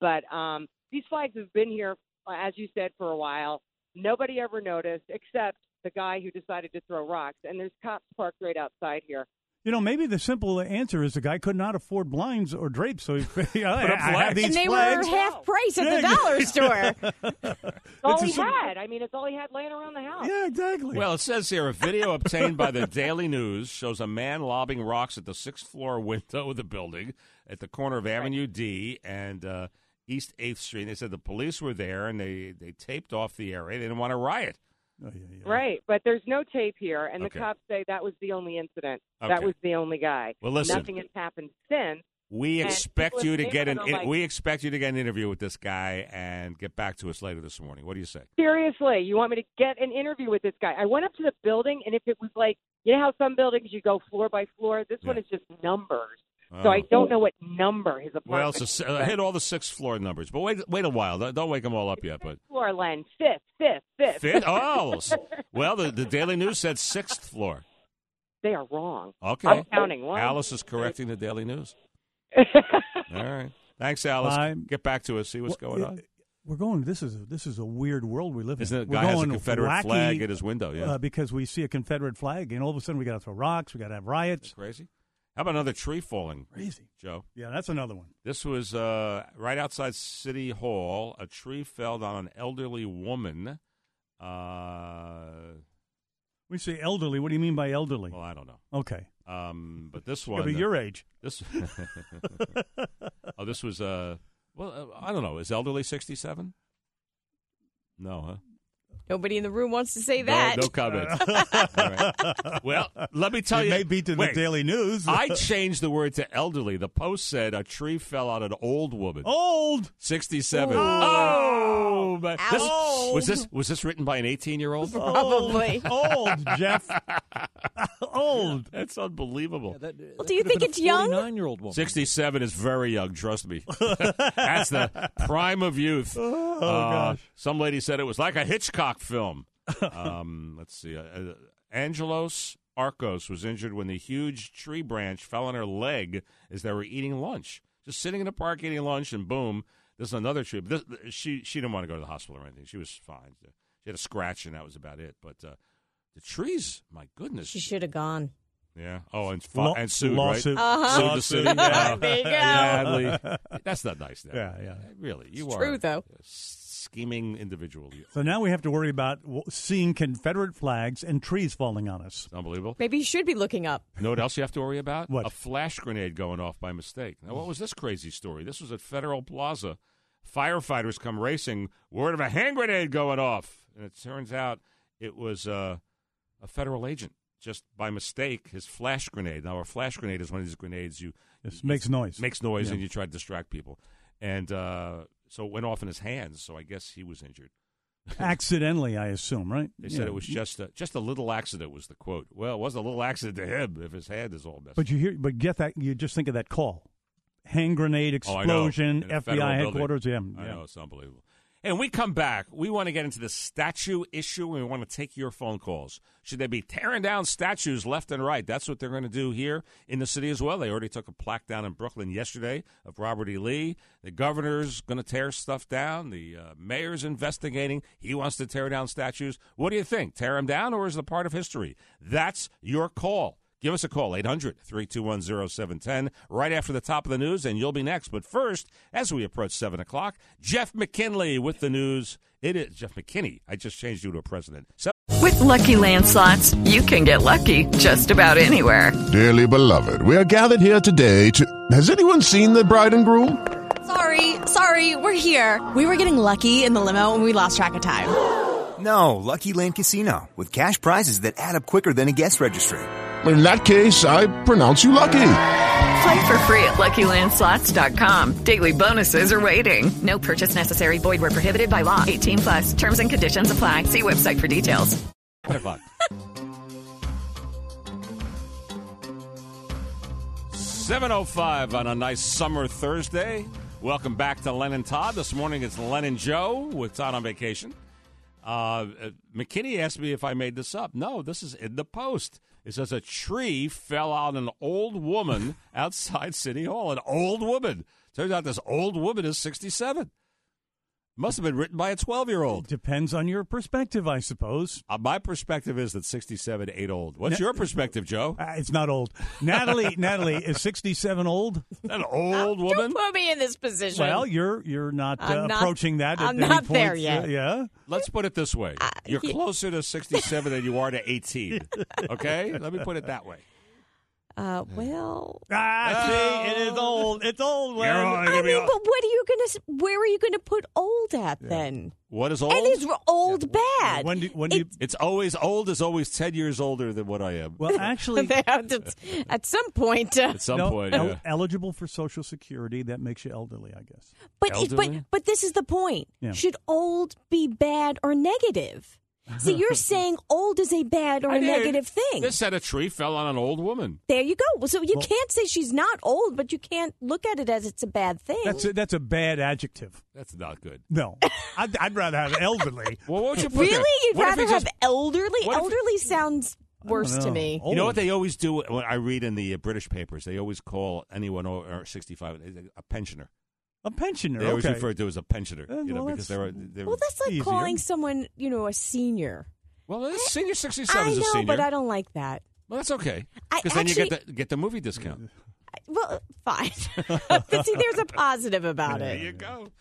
But um, these flags have been here, uh, as you said, for a while. Nobody ever noticed, except the guy who decided to throw rocks. And there's cops parked right outside here.
You know, maybe the simple answer is the guy could not afford blinds or drapes, so he I,
up
I have
flags.
these
And they
flags.
were half price at the
Yeah,
dollar store.
It's all
It's a
he
sim-
had. I mean, it's all he had laying around the house.
Yeah, exactly.
Well, it says here a video obtained by the Daily News shows a man lobbing rocks at the sixth floor window of the building at the corner of Avenue D and uh, East 8th Street. They said the police were there and they, they taped off the area. They didn't want to riot.
Right, but there's no tape here, and the
Okay.
cops say that was the only incident. That
Okay.
was the only guy.
Well, listen.
nothing has happened since.
We
And
expect
people
you
in
to get an
Cleveland are
in,
like-
we expect you to get an interview with this guy and get back to us later this morning. What do you say?
Seriously, you want me to get an interview with this guy? I went up to the building, and if it was like, you know how some buildings you go floor by floor, this one is just numbers. So I
Oh.
don't know what number his
Well,
apartment.
it's a s- uh, hit all the sixth floor numbers, but wait, wait a while. Don't don't wake them all up yet. But
floor, Len. Fifth, fifth, fifth.
fifth. Oh, s- well, the, the Daily News said sixth floor.
they are wrong.
Okay,
I'm counting one.
Alice is correcting the Daily News. all right, thanks, Alice.
I'm-
Get back to us. See what's
Well,
going
it-
on.
We're going. This is this is a weird world we live in.
Isn't it?
We're
Guy has a
going
Confederate
wacky,
flag at his window, yeah.
uh, because we see a Confederate flag, and all of a sudden we got to throw rocks. We got to have riots.
Crazy. How about another tree falling?
Crazy,
Joe.
Yeah, that's another one.
This was uh, right outside City Hall. A tree fell on an elderly woman. Uh,
We say elderly. What do you mean by elderly? Well,
I don't know.
Okay.
Um, but this
Gotta
one,
be your age.
This, oh, this was uh, well, uh, I don't know. Is elderly sixty-seven? No, huh?
Nobody in the room wants to say that.
No, no comment. All right. Well, let me tell
It
you.
may be to the
wait.
Daily News.
I changed the word to elderly. The post said a tree fell on an old woman.
Old.
Sixty-seven.
Ooh.
Oh, man. This-
Ow.
was this was this written by an eighteen-year-old?
Probably. Old, Jeff. old.
That's unbelievable.
Well, do you think it's young?
Nine year old woman.
67 is very young, trust me. That's the prime of youth.
Oh,
Uh,
gosh.
Some lady said it was like a Hitchcock film. um, let's see. Uh, uh, Angelos Arcos was injured when the huge tree branch fell on her leg as they were eating lunch. Just sitting in the park eating lunch, and boom, this is another tree. But this, she, she didn't want to go to the hospital or anything. She was fine. She had a scratch, and that was about it. But uh, the trees, my goodness.
She should have gone.
Yeah. Oh, and fu-
Law-
and sued,
lawsuit.
right?
Uh-huh.
Sued the city.
Lawsuit.
Yeah.
There you go.
Badly. That's not nice. Now.
Yeah, yeah.
Really, you
It's
are
true,
though. scheming individual. You-
So now we have to worry about w- seeing Confederate flags and trees falling on us.
Unbelievable.
Maybe you should be looking up.
You know what else you have to worry about?
What?
A flash grenade going off by mistake. Now, what was this crazy story? This was at Federal Plaza. Firefighters come racing. Word of a hand grenade going off, and it turns out it was uh, a federal agent just by mistake. His flash grenade. Now, a flash grenade is one of these grenades you
This makes noise.
makes noise
Yeah.
and you try to distract people. And uh, so it went off in his hands, so I guess he was injured.
Accidentally, I assume, right?
They said
Yeah.
it was just a, just a little accident was the quote. Well, it was a little accident to him if his hand is all messed
But you hear, but get that. You just think of that call, hand grenade
Oh, I know. In
explosion,
a federal
FBI
building.
headquarters. Yeah,
I
yeah.
know it's unbelievable. And we come back. We want to get into the statue issue, and we want to take your phone calls. Should they be tearing down statues left and right? That's what they're going to do here in the city as well. They already took a plaque down in Brooklyn yesterday of Robert E. Lee. The governor's going to tear stuff down. The uh, mayor's investigating. He wants to tear down statues. What do you think? Tear them down, or is it a part of history? That's your call. Give us a call, 800 321 0710, right after the top of the news, and you'll be next. But first, as we approach 7 o'clock, Jeff McKinley with the news. It is Jeff McKinney. I just changed you to a president. So-
With Lucky Land slots, you can get lucky just about anywhere.
Dearly beloved, we are gathered here today to. Has anyone seen the bride and groom?
Sorry, sorry, we're here. We were getting lucky in the limo and we lost track of time.
No, Lucky Land Casino with cash prizes that add up quicker than a guest registry.
In that case, I pronounce you lucky.
Play for free at LuckyLandSlots.com. Daily bonuses are waiting. No purchase necessary. Void where prohibited by law. 18 plus. Terms and conditions apply. See website for details.
10 o'clock. 7.05 on a nice summer Thursday. Welcome back to Len and Todd. This morning it's Len and Joe with Todd on vacation. Uh, uh, McKinney asked me if I made this up. No, this is in the post. It says a tree fell on an old woman outside City Hall. An old woman. Turns out this old woman is 67. Must have been written by a 12 year old.
Depends on your perspective, I suppose.
Uh, my perspective is that 67 ain't old. What's
Na-
your perspective, Joe?
Uh, it's not old. Natalie, Natalie is sixty-seven old.
An old woman.
Put me in this position.
Well, you're you're not, uh,
I'm not-
approaching that. At
I'm
any
not
point.
there yet.
Uh, yeah.
Let's put it this way: you're
yeah.
closer to 67 than you are to 18. Okay, let me put it that way.
Uh, well,
Ah, see, it is old. It's old. Len.
You're all-
I mean, but what are you going to? Where are you going to put old at then?
What is old?
And is old bad?
When do when do you?
It's always old is always 10 years older than what I am.
Well, actually,
They have to- at some point. uh,
At some point,
el-
yeah.
eligible for Social Security that makes you elderly, I guess.
But it, but
Elderly?
but this is the point.
Yeah.
Should old be bad or negative? So you're saying old is a bad or
I
a
did.
negative thing.
This said a tree fell on an old woman.
There you go. Well, So you
Well-
can't say she's not old, but you can't look at it as it's a bad thing.
That's a, that's a bad adjective.
That's not good.
No, I'd, I'd rather have elderly.
Well, what would you put
really?
there?
You'd
What if
rather
it
have
just-
elderly?
what if it-
Elderly sounds worse
Oh,
to me.
You know what they always do when I read in the uh, British papers? They always call anyone over 65 a pensioner.
A pensioner.
They always
okay.
refer to it as a pensioner,
Uh,
you know,
well,
because they were.
that's-
They were
Well, that's like
easier.
calling someone, you know, a senior.
Well, this senior
I
67
know,
is a senior.
but I don't like that.
Well, that's okay.
I
Because then you get
actually-
the, get the movie discount.
Well, fine. but see, there's a positive about
There
it.
you go.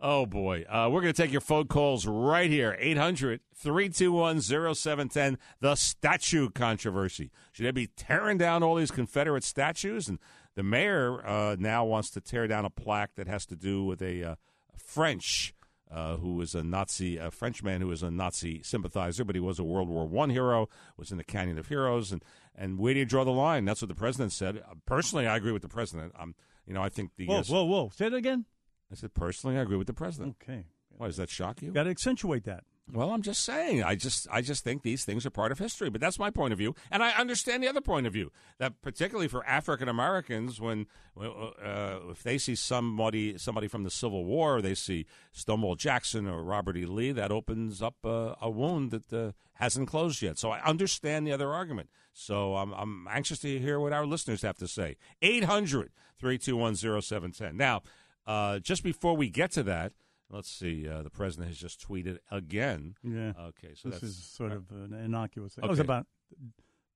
Oh, boy. Uh, we're going to take your phone calls right here 800 321 0710. The statue controversy. Should they be tearing down all these Confederate statues? And the mayor uh, now wants to tear down a plaque that has to do with a uh, French. Uh, who was a Nazi, a Frenchman who was a Nazi sympathizer, but he was a World War One hero, was in the Canyon of Heroes, and and where do you draw the line? That's what the president said. Uh, Personally, I agree with the president. i you know, I think the
Whoa,
uh,
whoa, whoa! Say it again.
I said, personally, I agree with the president.
Okay.
Why does that shock you?
Got to accentuate that.
Well, I'm just saying. I just I just think these things are part of history, but that's my point of view, and I understand the other point of view that particularly for African Americans, when uh, if they see somebody somebody from the Civil War, they see Stonewall Jackson or Robert E. Lee, that opens up a, a wound that uh, hasn't closed yet. So I understand the other argument. So I'm I'm anxious to hear what our listeners have to say. 800-321-0710. Now, uh, just before we get to that. Let's see. Uh, the president has just tweeted again.
Yeah.
Okay. So
this
that's,
is sort of an innocuous thing. It
Okay.
was about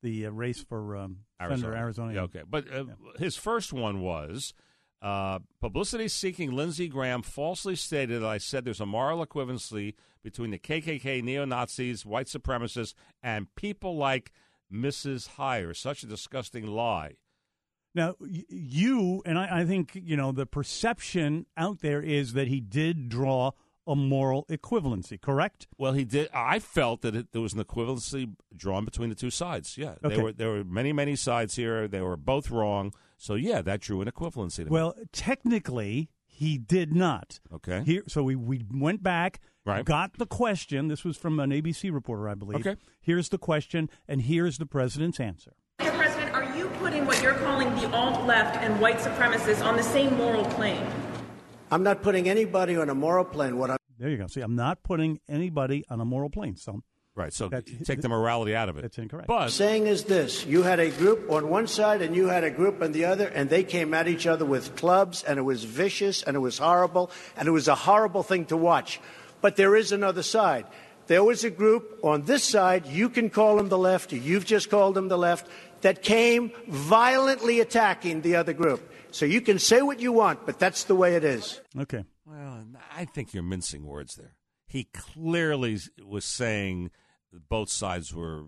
the uh, race for um, Senator Arizona.
Yeah, okay. But uh, his first one was uh, publicity seeking Lindsey Graham falsely stated that I said there's a moral equivalency between the KKK, neo Nazis, white supremacists, and people like Mrs. Hire. Such a disgusting lie.
Now, y- you and I, I think you know the perception out there is that he did draw a moral equivalency. Correct?
Well, he did. I felt that it, there was an equivalency drawn between the two sides. Yeah,
Okay.
there were there were many many sides here. They were both wrong. So yeah, that drew an equivalency. To me.
Well, technically, he did not.
Okay.
Here, so we, we went back,
Right.
got the question. This was from an ABC reporter, I believe.
Okay.
Here's the question, and here's the president's answer.
Mr. President, are you putting what you're calling the alt left and white supremacists on the same moral plane?
I'm not putting anybody on a moral plane. What I'm
There you go. See, I'm not putting anybody on a moral plane. So
right. So take the morality out of it.
That's incorrect.
saying is this you had a group on one side and you had a group on the other, and they came at each other with clubs, and it was vicious, and it was horrible, and it was a horrible thing to watch. But there is another side. There was a group on this side, you can call them the left, you've just called them the left, that came violently attacking the other group. So you can say what you want, but that's the way it is.
Okay.
Well, I think you're mincing words there. He clearly s- was saying both sides were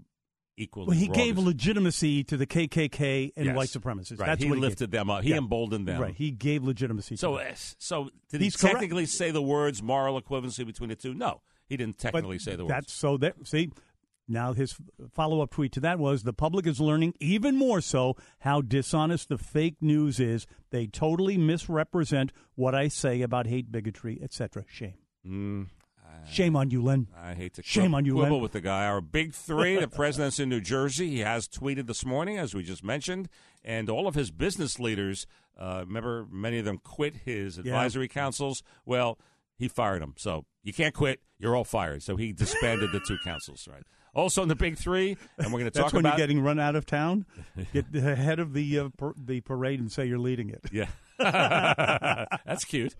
equally.
Well, he
wrong.
gave legitimacy to the KKK and
Yes.
white supremacists.
Right.
That's
he
what he
lifted
gave.
them up. He
Yeah.
emboldened them.
Right. He gave legitimacy.
So,
to
uh,
them.
so did
He's
he
correct.
technically say the words moral equivalency between the two? No, he didn't technically say the words.
That's so that see. Now his follow-up tweet to that was the public is learning even more so how dishonest the fake news is. They totally misrepresent what I say about hate, bigotry, etc. Shame.
Mm,
Shame on you, Len.
I hate to
Shame
quib-
on you,
quibble
Len.
with the guy. Our big three, the president's in New Jersey. He has tweeted this morning, as we just mentioned, and all of his business leaders. Uh, remember, many of them quit his
Yeah.
advisory councils. Well, he fired them, so you can't quit. You're all fired. So he disbanded the two councils. Right. Also in the big three, and we're going to talk
That's when
about
you're getting run out of town. Get ahead of the uh, par- the parade and say you're leading it.
Yeah. That's cute.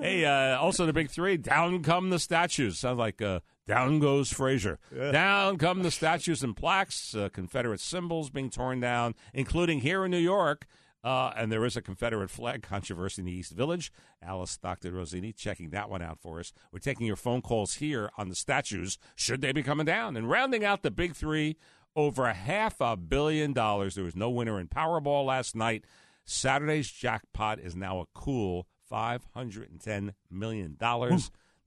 Hey, uh, also the big three. Down come the statues. Sounds like uh, down goes Frazier. Down come the statues and plaques. Uh, Confederate symbols being torn down, including here in New York. Uh, and there is a Confederate flag controversy in the East Village. Alice Stockton Rosini checking that one out for us. We're taking your phone calls here on the statues. Should they be coming down? And rounding out the big three, over a half a billion dollars. There was no winner in Powerball last night. Saturday's jackpot is now a cool $510 million.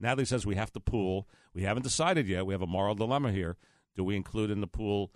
Natalie says we have to pool. We haven't decided yet. We have a moral dilemma here. Do we include in the pool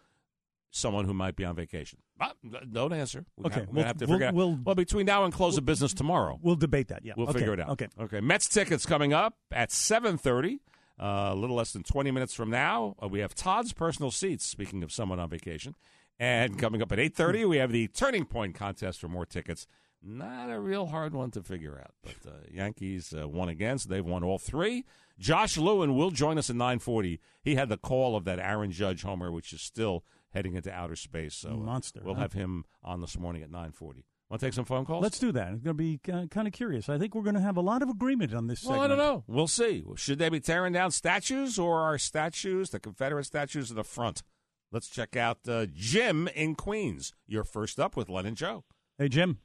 someone who might be on vacation? Ah, Don't answer. We're
Okay,
gonna- we're
we'll-
gonna have to
we'll-
figure out.
we'll-
well, between now and close of business tomorrow,
We'll debate that. Yeah,
we'll
Okay,
figure it out.
Okay.
Okay. Mets tickets coming up at seven thirty. Uh, a little less than 20 minutes from now, uh, we have Todd's personal seats. Speaking of someone on vacation, and coming up at 8:30, we have the Turning Point contest for more tickets. Not a real hard one to figure out, but uh, Yankees uh, won again, so they've won all three. Josh Lewin will join us at 9:40. He had the call of that Aaron Judge homer, which is still heading into outer space. So uh,
Monster,
We'll
huh?
have him on this morning at 9:40. Want to take some phone calls?
Let's do that. It's going to be kind of curious. I think we're going to have a lot of agreement on this.
Well, I
segment.
don't know. We'll see. Should they be tearing down statues or are statues, the Confederate statues, in the front? Let's check out uh, Jim in Queens. You're first up with Len and Joe.
Hey, Jim.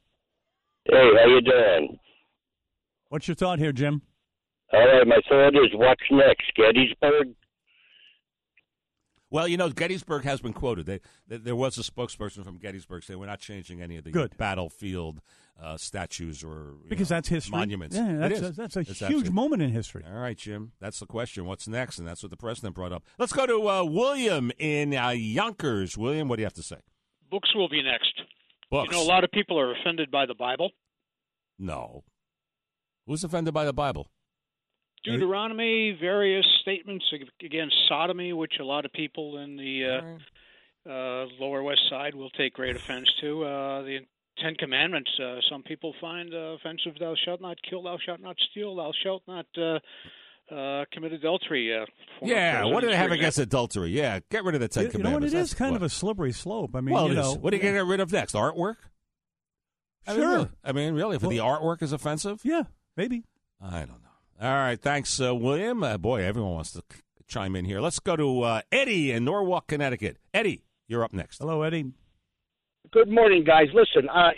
Hey, how you doing?
What's your thought here, Jim?
All right, my thought is, what's next, Gettysburg?
Well, you know, Gettysburg has been quoted. They, th- there was a spokesperson from Gettysburg saying we're not changing any of the
Good.
battlefield uh, statues or you
Because
know,
that's history.
monuments.
Yeah,
It is.
that's a, that's a
It's
huge
absolutely-
moment in history.
All right, Jim. That's the question. What's next? And that's what the president brought up. Let's go to uh, William in uh, Yonkers. William, what do you have to say?
Books will be next.
Books.
You know, a lot of people are offended by the Bible.
No. Who's offended by the Bible?
Deuteronomy, various statements ag- against sodomy, which a lot of people in the uh, uh, Lower West Side will take great offense to. Uh, the Ten Commandments, uh, some people find uh, offensive. Thou shalt not kill. Thou shalt not steal. Thou shalt not uh, uh, commit adultery. Uh,
Yeah,
fornication,
what do they have
for example.
against adultery? Yeah, get rid of the Ten
You- you know what?
Commandments.
It is
That's
kind
what-
of a slippery slope. I mean,
well,
you
it is.
know,
what are you going to get rid of next? Artwork? I mean,
Sure.
really- I mean, really, if the artwork is offensive?
Yeah, maybe.
I don't know. All right, thanks, uh, William. Uh, boy, everyone wants to c- chime in here. Let's go to uh, Eddie in Norwalk, Connecticut. Eddie, you're up next.
Hello, Eddie.
Good morning, guys. Listen, uh,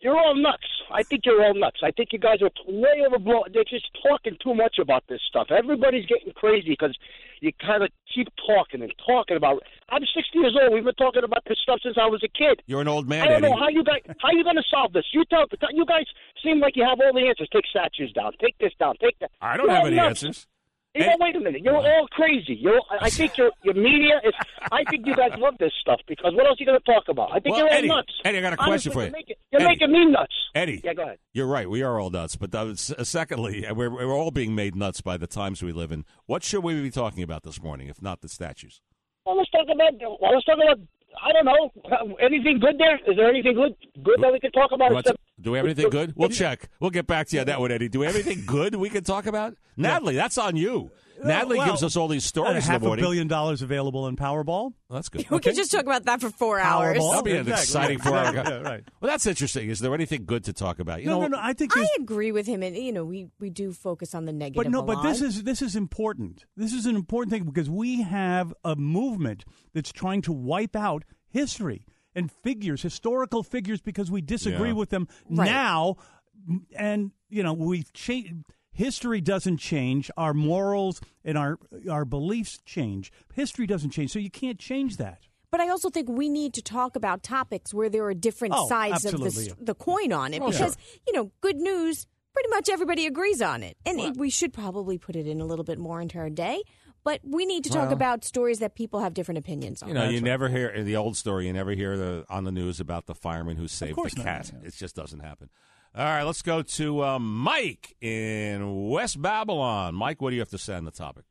you're all nuts. I think you're all nuts. I think you guys are way overblown. They're just talking too much about this stuff. Everybody's getting crazy because you kind of keep talking and talking about. I'm 60 years old. We've been talking about this stuff since I was a kid.
You're an old man,
I don't
Eddie.
know how you guys how you going to solve this. You tell you guys seem like you have all the answers. Take statues down. Take this down. Take that.
I don't
You're
have
all
any
nuts.
answers.
You know, wait a minute. You're all crazy. You're, I I think your your media is. I think you guys love this stuff because what else are you going to talk about? I think
Well,
you're all
Eddie,
nuts.
Eddie, I got a
Honestly,
question for you.
You're, making, you're
Eddie.
making me nuts.
Eddie.
Yeah, go ahead.
You're right. We are all nuts. But uh, s- uh, secondly, uh, we're, we're all being made nuts by the times we live in. What should we be talking about this morning, if not the statues?
Well, let's talk about. Well, let's talk about. I don't know. Anything good there? Is there anything good good that we can talk about?
You want to-
except-
do we have anything good? We'll check. We'll get back to you on that one, Eddie. Do we have anything good we can talk about? Natalie, that's on you. Natalie
Uh, well,
gives us all these
And
stories in
half
the
a
morning.
billion dollars available in Powerball.
Well, that's good.
We
Okay.
We
could
just talk about that for four hours.
Powerball.
That'll be an
Exactly.
exciting four hour.
Yeah, right.
Well, that's interesting. Is there anything good to talk about? You know,
I think
I agree with him, and you know, we we do focus on the negative.
But no,
a
but
lot.
this is this is important. This is an important thing because we have a movement that's trying to wipe out history and figures, historical figures, because we disagree
Yeah.
with them
Right.
now. M- And you know, we've changed. History doesn't change. Our morals and our our beliefs change. History doesn't change, so you can't change that.
But I also think we need to talk about topics where there are different
Oh,
sides of the,
absolutely.
s- the coin on it
Oh,
Well,
because,
sure.
you know, good news, pretty much everybody agrees on it. And it, we should probably put it in a little bit more into our day. But we need to talk
Well-
about stories that people have different
Oh,
opinions on.
You know, you never hear in the old story. You never hear the, on the news about the fireman who saved the
course not,
cat. It just doesn't happen. All right, let's go to uh, Mike in West Babylon. Mike, what do you have to say on the topic?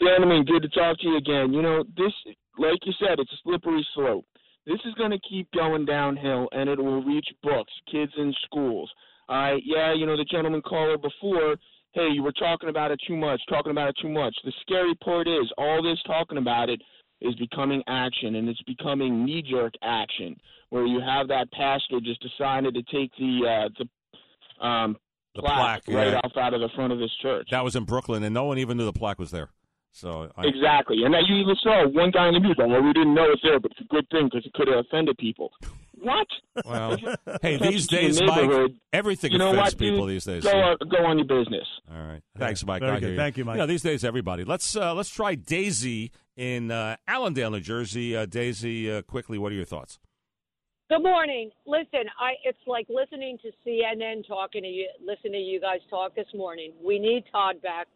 Gentlemen, good to talk to you again. You know, this, like you said, it's a slippery slope. This is going to keep going downhill, and it will reach books, kids in schools. All right, yeah, you know, the gentleman caller before, hey, you were talking about it too much, talking about it too much. The scary part is all this talking about it is becoming action, and it's becoming knee-jerk action, where you have that pastor just decided to take the uh, the, um,
The
plaque,
plaque,
right
yeah.
off out of the front of his church.
That was in Brooklyn, and no one even knew the plaque was there. So I,
Exactly. And now you even saw one guy in the music. Well, we didn't know it's there, but it's a good thing because it could have offended people. What?
Well, hey, these
Your
days, Mike,
neighborhood,
everything
you know
affects
what, dude? uh,
people these days.
Go,
Yeah.
on, go on your business.
All right. Thanks, Mike.
Very
I
good.
hear
Thank you, Mike.
You know, these days, everybody. Let's uh, let's try Daisy in uh, Allendale, New Jersey. Uh, Daisy, uh, quickly, what are your thoughts?
Good morning. Listen, I it's like listening to CNN talking to you, listening to you guys talk this morning. We need Todd back.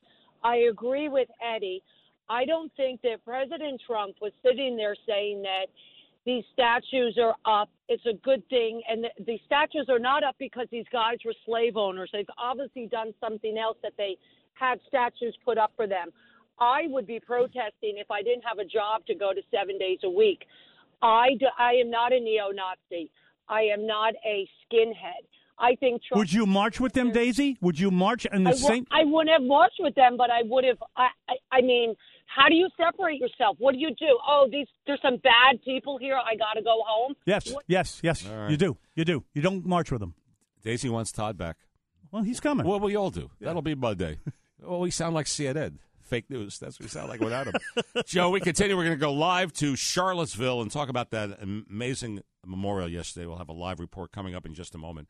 I agree with Eddie. I don't think that President Trump was sitting there saying that these statues are up. It's a good thing, and the, the statues are not up because these guys were slave owners. They've obviously done something else that they had statues put up for them. I would be protesting if I didn't have a job to go to seven days a week. I, do, I am not a neo-Nazi. I am not a skinhead. I think Trump.
Would you march with them, Daisy? Would you march in
I,
the
wo-
same?
I wouldn't have marched with them, but I would have. I, I, I mean, how do you separate yourself? What do you do? Oh, these there's some bad people here. I got to go home.
Yes,
What-
yes, yes.
All right.
You do, you do. You don't march with them.
Daisy wants Todd back.
Well, he's coming.
Well, we all do. That'll be Monday. well, we sound like CNN. Fake news. That's what we sound like without him. Joe, we continue. We're going to go live to Charlottesville and talk about that am- amazing memorial yesterday. We'll have a live report coming up in just a moment.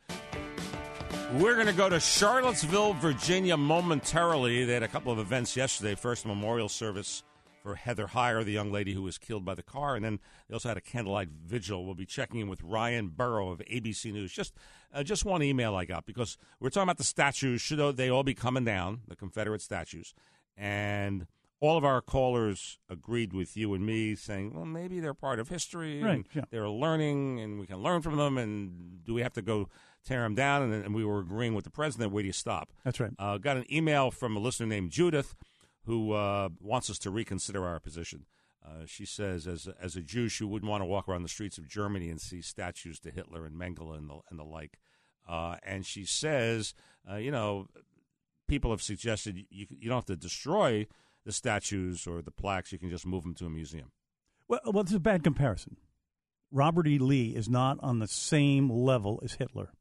We're going to go to Charlottesville, Virginia momentarily. They had a couple of events yesterday. First, a memorial service for Heather Heyer, the young lady who was killed by the car. And then they also had a candlelight vigil. We'll be checking in with Ryan Burrow of ABC News. Just uh, just one email I got because we're talking about the statues. Should they all be coming down, the Confederate statues? And all of our callers agreed with you and me, saying, "Well, maybe they're part of history,
Right,
and they're learning, and we can learn from them." And do we have to go tear them down? And, and we were agreeing with the president. Where do you stop?
That's right.
Uh, got an email from a listener named Judith, who uh, wants us to reconsider our position. Uh, she says, as a, as a Jew, she wouldn't want to walk around the streets of Germany and see statues to Hitler and Mengele and the, and the like. Uh, and she says, uh, you know, people have suggested you, you don't have to destroy the statues or the plaques. You can just move them to a museum.
Well, well, this is a bad comparison. Robert E. Lee is not on the same level as Hitler.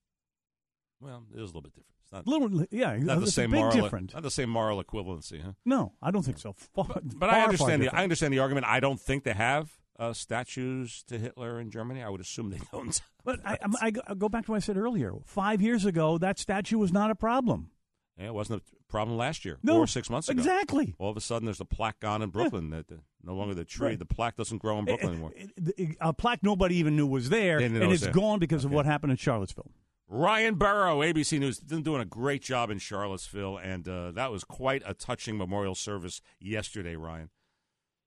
Well, it is a little bit different. It's not,
Little, yeah,
not the
it's
same
a big
moral, e-,
different.
Not the same moral equivalency, huh?
No, I don't think so. Far,
But I understand the I understand the argument. I don't think they have uh, statues to Hitler in Germany. I would assume they don't.
But I, I'm- I, go- I go back to what I said earlier. Five years ago, that statue was not a problem.
Yeah, it wasn't a problem last year
No,
or six months ago.
exactly.
All of a sudden, there's a plaque gone in Brooklyn. That that- no longer the tree.
Right. Eh,
The plaque doesn't grow in Brooklyn
It-
anymore.
it- it- a plaque nobody even knew was there,
They didn't know
and
it
it's
was there.
gone because of what happened in Charlottesville.
Ryan Burrow, ABC News, been doing a great job in Charlottesville, and uh, that was quite a touching memorial service yesterday. Ryan,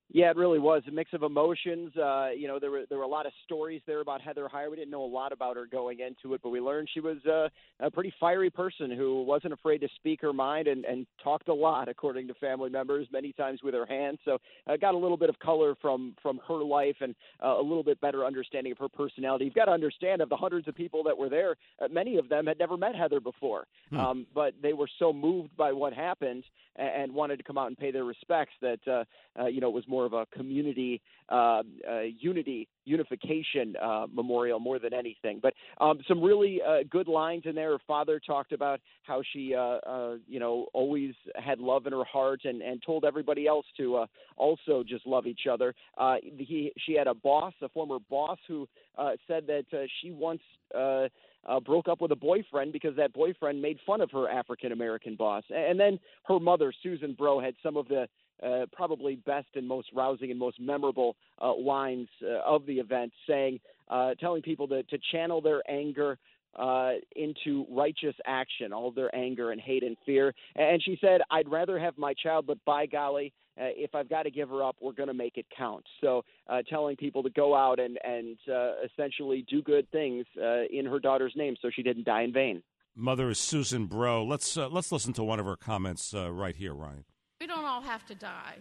Yeah, it really was a mix of emotions. Uh, you know, there were there were a lot of stories there about Heather Heyer. We didn't know a lot about her going into it, but we learned she was uh, a pretty fiery person who wasn't afraid to speak her mind and, and talked a lot, according to family members, many times with her hands. So uh, got a little bit of color from from her life and uh, a little bit better understanding of her personality. You've got to understand of the hundreds of people that were there, uh, many of them had never met Heather before,
Hmm.
uh,
um, but they were so moved by what happened and, and wanted to come out and pay their respects that uh, uh, you know it was more of a community uh, uh, unity unification uh, memorial more than anything. But um, some really uh, good lines in there. Her father talked about how she uh, uh, you know always had love in her heart and and told everybody else to uh, also just love each other. Uh, he she had a boss, a former boss, who uh, said that uh, she once. Uh, uh, broke up with a boyfriend because that boyfriend made fun of her African American boss. A- And then her mother, Susan Bro, had some of the uh, probably best and most rousing and most memorable uh, lines uh, of the event, saying, uh, telling people to, to channel their anger. Uh, into righteous action, all their anger and hate and fear. And she said, I'd rather have my child, but by golly, uh, if I've got to give her up, we're going to make it count. So, uh, telling people to go out and and uh, essentially do good things uh, in her daughter's name, so she didn't die in vain.
mother is Susan Bro. Let's uh, let's listen to one of her comments uh, right here, Ryan.
We don't all have to die.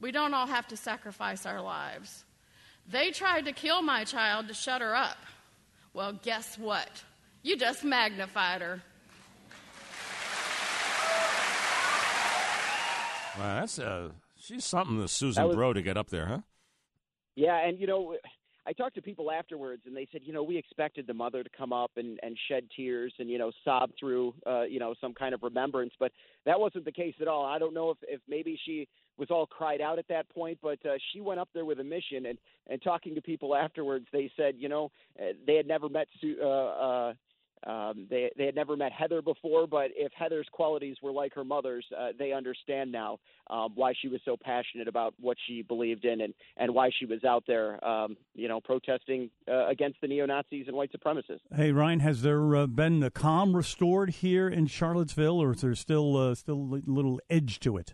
We don't all have to sacrifice our lives. They tried to kill my child to shut her up. Well, guess what? You just magnified her.
Wow, that's uh, she's something, the Susan
That was-
Bro, to get up there, huh?
Yeah, and you know, I talked to people afterwards, and they said, you know, we expected the mother to come up and and shed tears and you know sob through uh, you know some kind of remembrance, but that wasn't the case at all. I don't know if if maybe she was all cried out at that point, but uh, she went up there with a mission. And and talking to people afterwards, they said, you know, uh, they had never met Su- uh, uh, um, they they had never met Heather before, but if Heather's qualities were like her mother's, uh, they understand now um, why she was so passionate about what she believed in and and why she was out there, um, you know, protesting uh, against the neo Nazis and white supremacists.
Hey, Ryan, has there uh, been the calm restored here in Charlottesville, or is there still uh, still a little edge to it?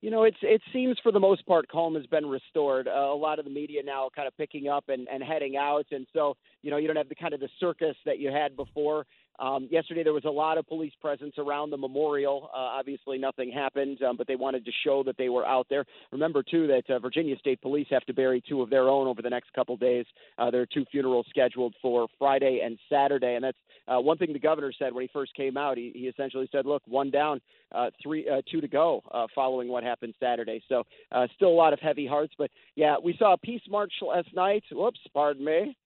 You know, it's it seems for the most part calm has been restored. Uh, a lot of the media now kind of picking up and, and heading out, and so you know you don't have the kind of the circus that you had before. Um, yesterday there was a lot of police presence around the memorial. Uh, obviously nothing happened, um, but they wanted to show that they were out there. Remember too that uh, Virginia State Police have to bury two of their own over the next couple days. Uh, there are two funerals scheduled for Friday and Saturday, and that's uh, one thing the governor said when he first came out. He, he essentially said, "Look, one down, uh, three, uh, two to go uh, following what happened Saturday. So uh, still a lot of heavy hearts, but yeah, we saw a peace march last night. Whoops, pardon me.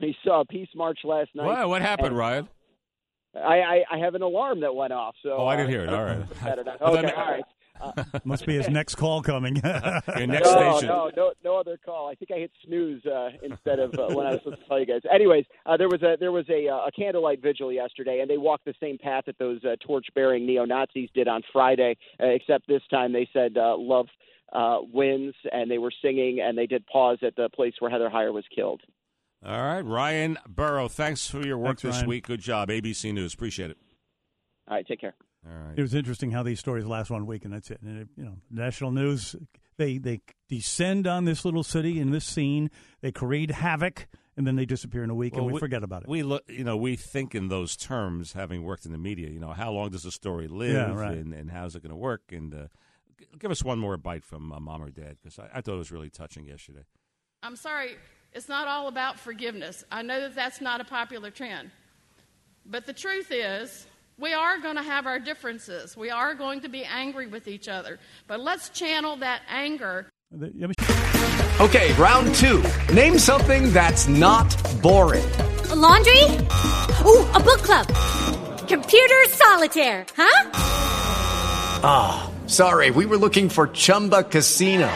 We saw a peace march last night.
Wow, what happened,
And
Ryan?
I, I, I have an alarm that went off. So
Oh, I didn't
uh,
hear it. All right.
better not-
I thought-
Okay, all right. Uh,
Must be his next call coming. Your
no, No, no, no other call. I think I hit snooze uh, instead of uh, when I was supposed to tell you guys. Anyways, uh, there was a there was a, uh, a candlelight vigil yesterday, and they walked the same path that those uh, torch bearing neo Nazis did on Friday, uh, except this time they said uh, "Love uh, wins," and they were singing, and they did pause at the place where Heather Heyer was killed.
All right, Ryan Burrow, thanks for your work
Thanks,
this
Ryan.
week. Good job, ABC News. Appreciate it.
All right, take care.
All right.
It was interesting how these stories last one week, and that's it. And it, you know, national news they they descend on this little city in this scene, they create havoc, and then they disappear in a week,
Well,
and we, forget about it.
We look, you know, we think in those terms, having worked in the media. You know, how long does a story live,
right.
and, and how's it going to work? And uh, g- give us one more bite from uh, mom or dad because I, I thought it was really touching yesterday.
I'm sorry, it's not all about forgiveness. I know that that's not a popular trend. But the truth is, we are going to have our differences. We are going to be angry with each other. But let's channel that anger
Okay, round two. Name something that's not boring.
A laundry? Ooh, a book club. Computer solitaire, huh?
Ah, sorry, we were looking for Chumba Casino.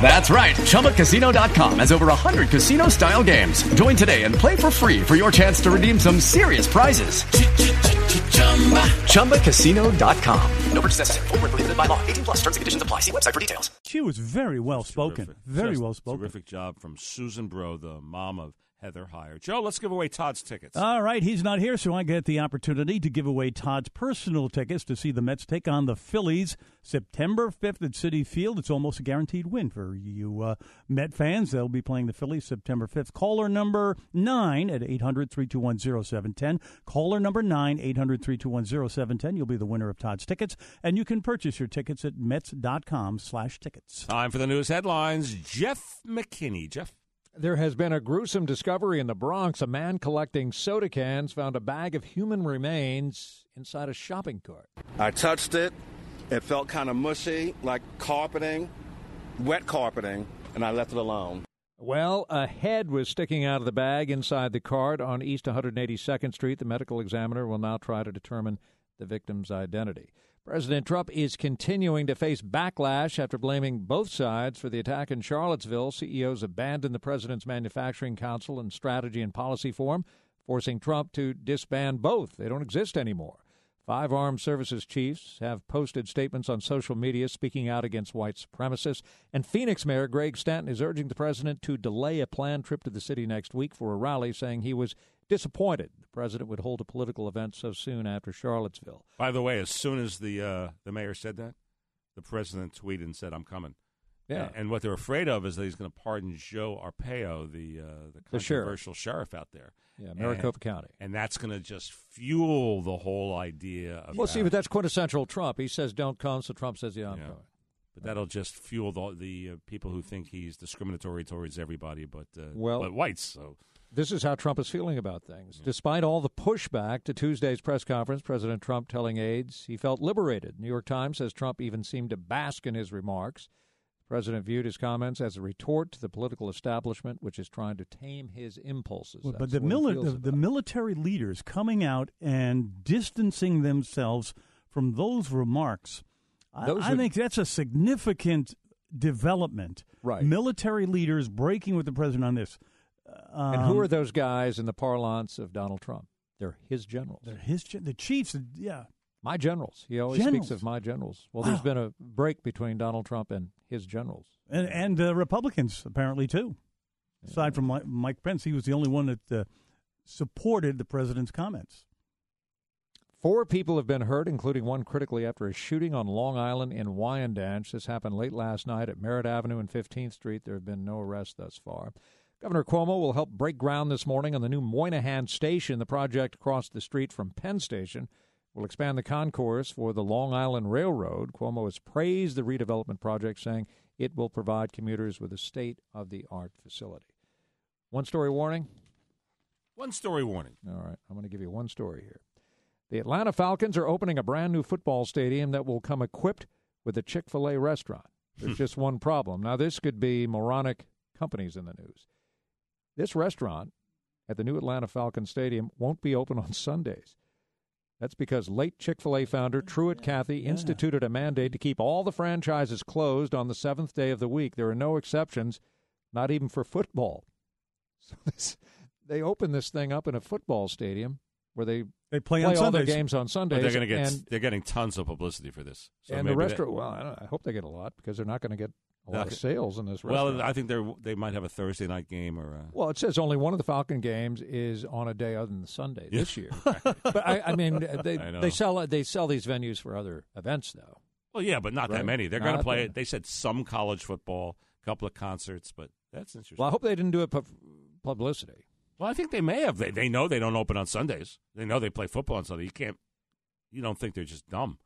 That's right, ChumbaCasino.com has over 100 casino style games. Join today and play for free for your chance to redeem some serious prizes. ChumbaCasino.com. No purchase necessary, forward prohibited by law, 18 plus terms and conditions apply. See website for details.
She was very well spoken, very
Just
well spoken.
Terrific job from Susan Bro, the mom of Heather Heyer. Joe, let's give away Todd's tickets.
All right, he's not here, so I get the opportunity to give away Todd's personal tickets to see the Mets take on the Phillies September 5th at City Field. It's almost a guaranteed win for you uh, Met fans. They'll be playing the Phillies September 5th. Caller number 9 at 800 321 0710. Caller number 9, 800 321 0710. You'll be the winner of Todd's tickets, and you can purchase your tickets at Mets.com slash tickets.
Time for the news headlines. Jeff McKinney. Jeff.
There has been a gruesome discovery in the Bronx. A man collecting soda cans found a bag of human remains inside a shopping cart.
I touched it. It felt kind of mushy, like carpeting, wet carpeting, and I left it alone.
Well, a head was sticking out of the bag inside the cart on East 182nd Street. The medical examiner will now try to determine the victim's identity. President Trump is continuing to face backlash after blaming both sides for the attack in Charlottesville. CEOs abandoned the president's manufacturing council and strategy and policy forum, forcing Trump to disband both. They don't exist anymore. Five armed services chiefs have posted statements on social media speaking out against white supremacists. And Phoenix Mayor Greg Stanton is urging the president to delay a planned trip to the city next week for a rally, saying he was disappointed the president would hold a political event so soon after Charlottesville.
By the way, as soon as the uh, the mayor said that, the president tweeted and said, "I'm coming."
Yeah.
A- And what they're afraid of is that he's going to pardon Joe Arpaio, the uh, the
The sheriff.
controversial sheriff. out there.
Yeah, Maricopa
And-
County.
and that's going to just fuel the whole idea. Of
Well, see, but that's quintessential Trump. He says, don't come, so Trump says, yeah, I'm coming.
But that'll just fuel the, the uh, people who think he's discriminatory towards everybody, but uh,
Well-
but whites. So
This is how Trump is feeling about things. Despite all the pushback to Tuesday's press conference, President Trump telling aides he felt liberated. New York Times says Trump even seemed to bask in his remarks. The president viewed his comments as a retort to the political establishment, which is trying to tame his impulses.
Well, but
That's
the,
what he
mili-
feels
the, the military leaders coming out and distancing themselves from those remarks, I-
Those
I,
are-
think that's a significant development.
Right.
Military leaders breaking with the president on this.
and who
Um,
are those guys in the parlance of Donald Trump? They're his generals.
They're his gen- the chiefs. Yeah.
My generals. He always
Generals.
speaks of my generals. Well, there's been a break between Donald Trump and his generals.
And, and uh, Republicans, apparently, too. Aside from Mi- Mike Pence, he was the only one that uh, supported the president's comments.
Four people have been hurt, including one critically after a shooting on Long Island in Wyandanch. This happened late last night at Merritt Avenue and 15th Street. There have been no arrests thus far. Governor Cuomo will help break ground this morning on the new Moynihan Station. The project across the street from Penn Station will expand the concourse for the Long Island Railroad. Cuomo has praised the redevelopment project, saying it will provide commuters with a state of the art facility. One story warning.
one story warning.
All right, I'm going to give you one story here. The Atlanta Falcons are opening a brand new football stadium that will come equipped with a Chick fil A restaurant. There's just one problem. Now, this could be moronic companies in the news. This restaurant at the new Atlanta Falcon Stadium won't be open on Sundays. That's because late Chick fil A founder Truett Cathy instituted a mandate to keep all the franchises closed on the seventh day of the week. There are no exceptions, not even for football. So this, they open this thing up in a football stadium where they
they
all their games on Sundays.
But they're going to get
and,
they're getting tons of publicity for this. So
and the
maybe that-
restaurant. Well, I, don't know, I hope they get a lot because they're not going to get A lot of sales in this
Well,
restaurant.
I think they are they might have a Thursday night game or a,
Well, it says only one of the Falcon games is on a day other than Sunday this year. but I, I mean, they
I know.
they sell they sell these venues for other events though.
Well, yeah, but not that
Right.
many. They're going to
Not
play
that-
it. They said some college football, a couple of concerts, but that's interesting.
Well, I hope they didn't do it pub- publicity.
Well, I think they may have. They they know they don't open on Sundays. They know they play football on Sunday. You can't. You don't think they're just dumb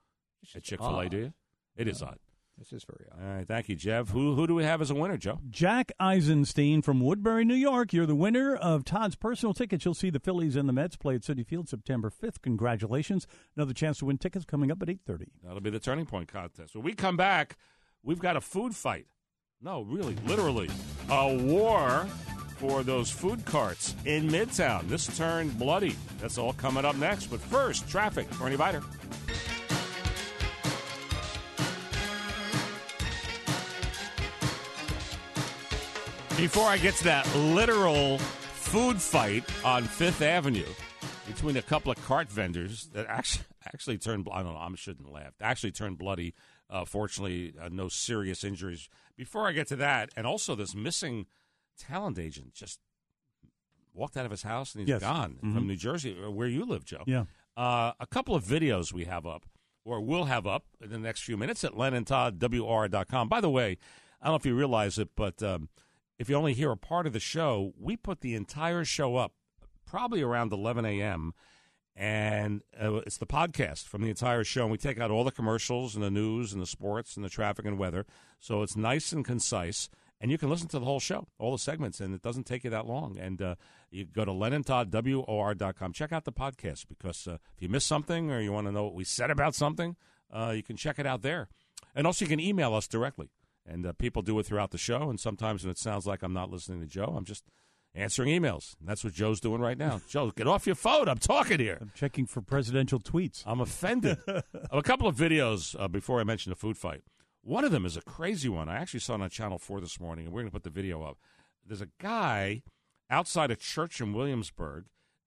at Chick Fil A,
odd.
do you? It is odd.
This is very
odd. All right, thank you, Jeff. Who who do we have as a winner, Joe?
Jack Eisenstein from Woodbury, New York. You're the winner of Todd's personal tickets. You'll see the Phillies and the Mets play at City Field September 5th. Congratulations. Another chance to win tickets coming up at 8.30.
That'll be the turning point contest. When we come back, we've got a food fight. No, really, literally, a war for those food carts in Midtown. This turned bloody. That's all coming up next. But first, traffic. Bernie Bider. Before I get to that literal food fight on Fifth Avenue between a couple of cart vendors that actually actually turned bl- I don't know I shouldn't laugh actually turned bloody. Uh, fortunately, uh, no serious injuries. Before I get to that, and also this missing talent agent just walked out of his house and he's
Yes.
gone
Mhm.
from New Jersey, uh, where you live, Joe.
Yeah.
Uh, a couple of videos we have up, or will have up in the next few minutes at LennonToddWR.com. By the way, I don't know if you realize it, but um, if you only hear a part of the show, we put the entire show up probably around 11 a.m. And uh, it's the podcast from the entire show. And we take out all the commercials and the news and the sports and the traffic and weather. So it's nice and concise. And you can listen to the whole show, all the segments, and it doesn't take you that long. And uh, you go to LennonToddWOR.com. Check out the podcast because uh, if you miss something or you want to know what we said about something, uh, you can check it out there. And also, you can email us directly. And uh, people do it throughout the show. And sometimes when it sounds like I'm not listening to Joe, I'm just answering emails. And that's what Joe's doing right now. Joe, get off your phone. I'm talking here.
I'm checking for presidential tweets.
I'm offended. I have a couple of videos uh, before I mention the food fight. One of them is a crazy one. I actually saw it on Channel 4 this morning, and we're going to put the video up. There's a guy outside a church in Williamsburg,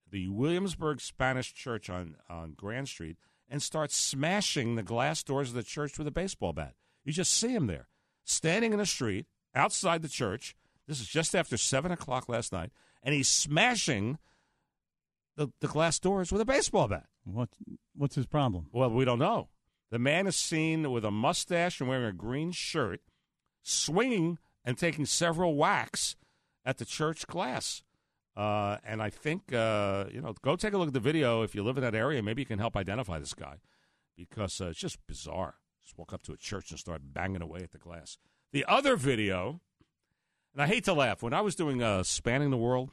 the Williamsburg Spanish Church on, on Grand Street, and starts smashing the glass doors of the church with a baseball bat. You just see him there, standing in the street outside the church. This is just after 7 o'clock last night, and he's smashing the, the glass doors with a baseball bat.
What, what's his problem?
Well, we don't know. The man is seen with a mustache and wearing a green shirt, swinging and taking several whacks at the church glass. Uh, and I think, uh, you know, go take a look at the video if you live in that area. Maybe you can help identify this guy because uh, it's just bizarre. Just walk up to a church and start banging away at the glass. The other video, and I hate to laugh, when I was doing uh, Spanning the World,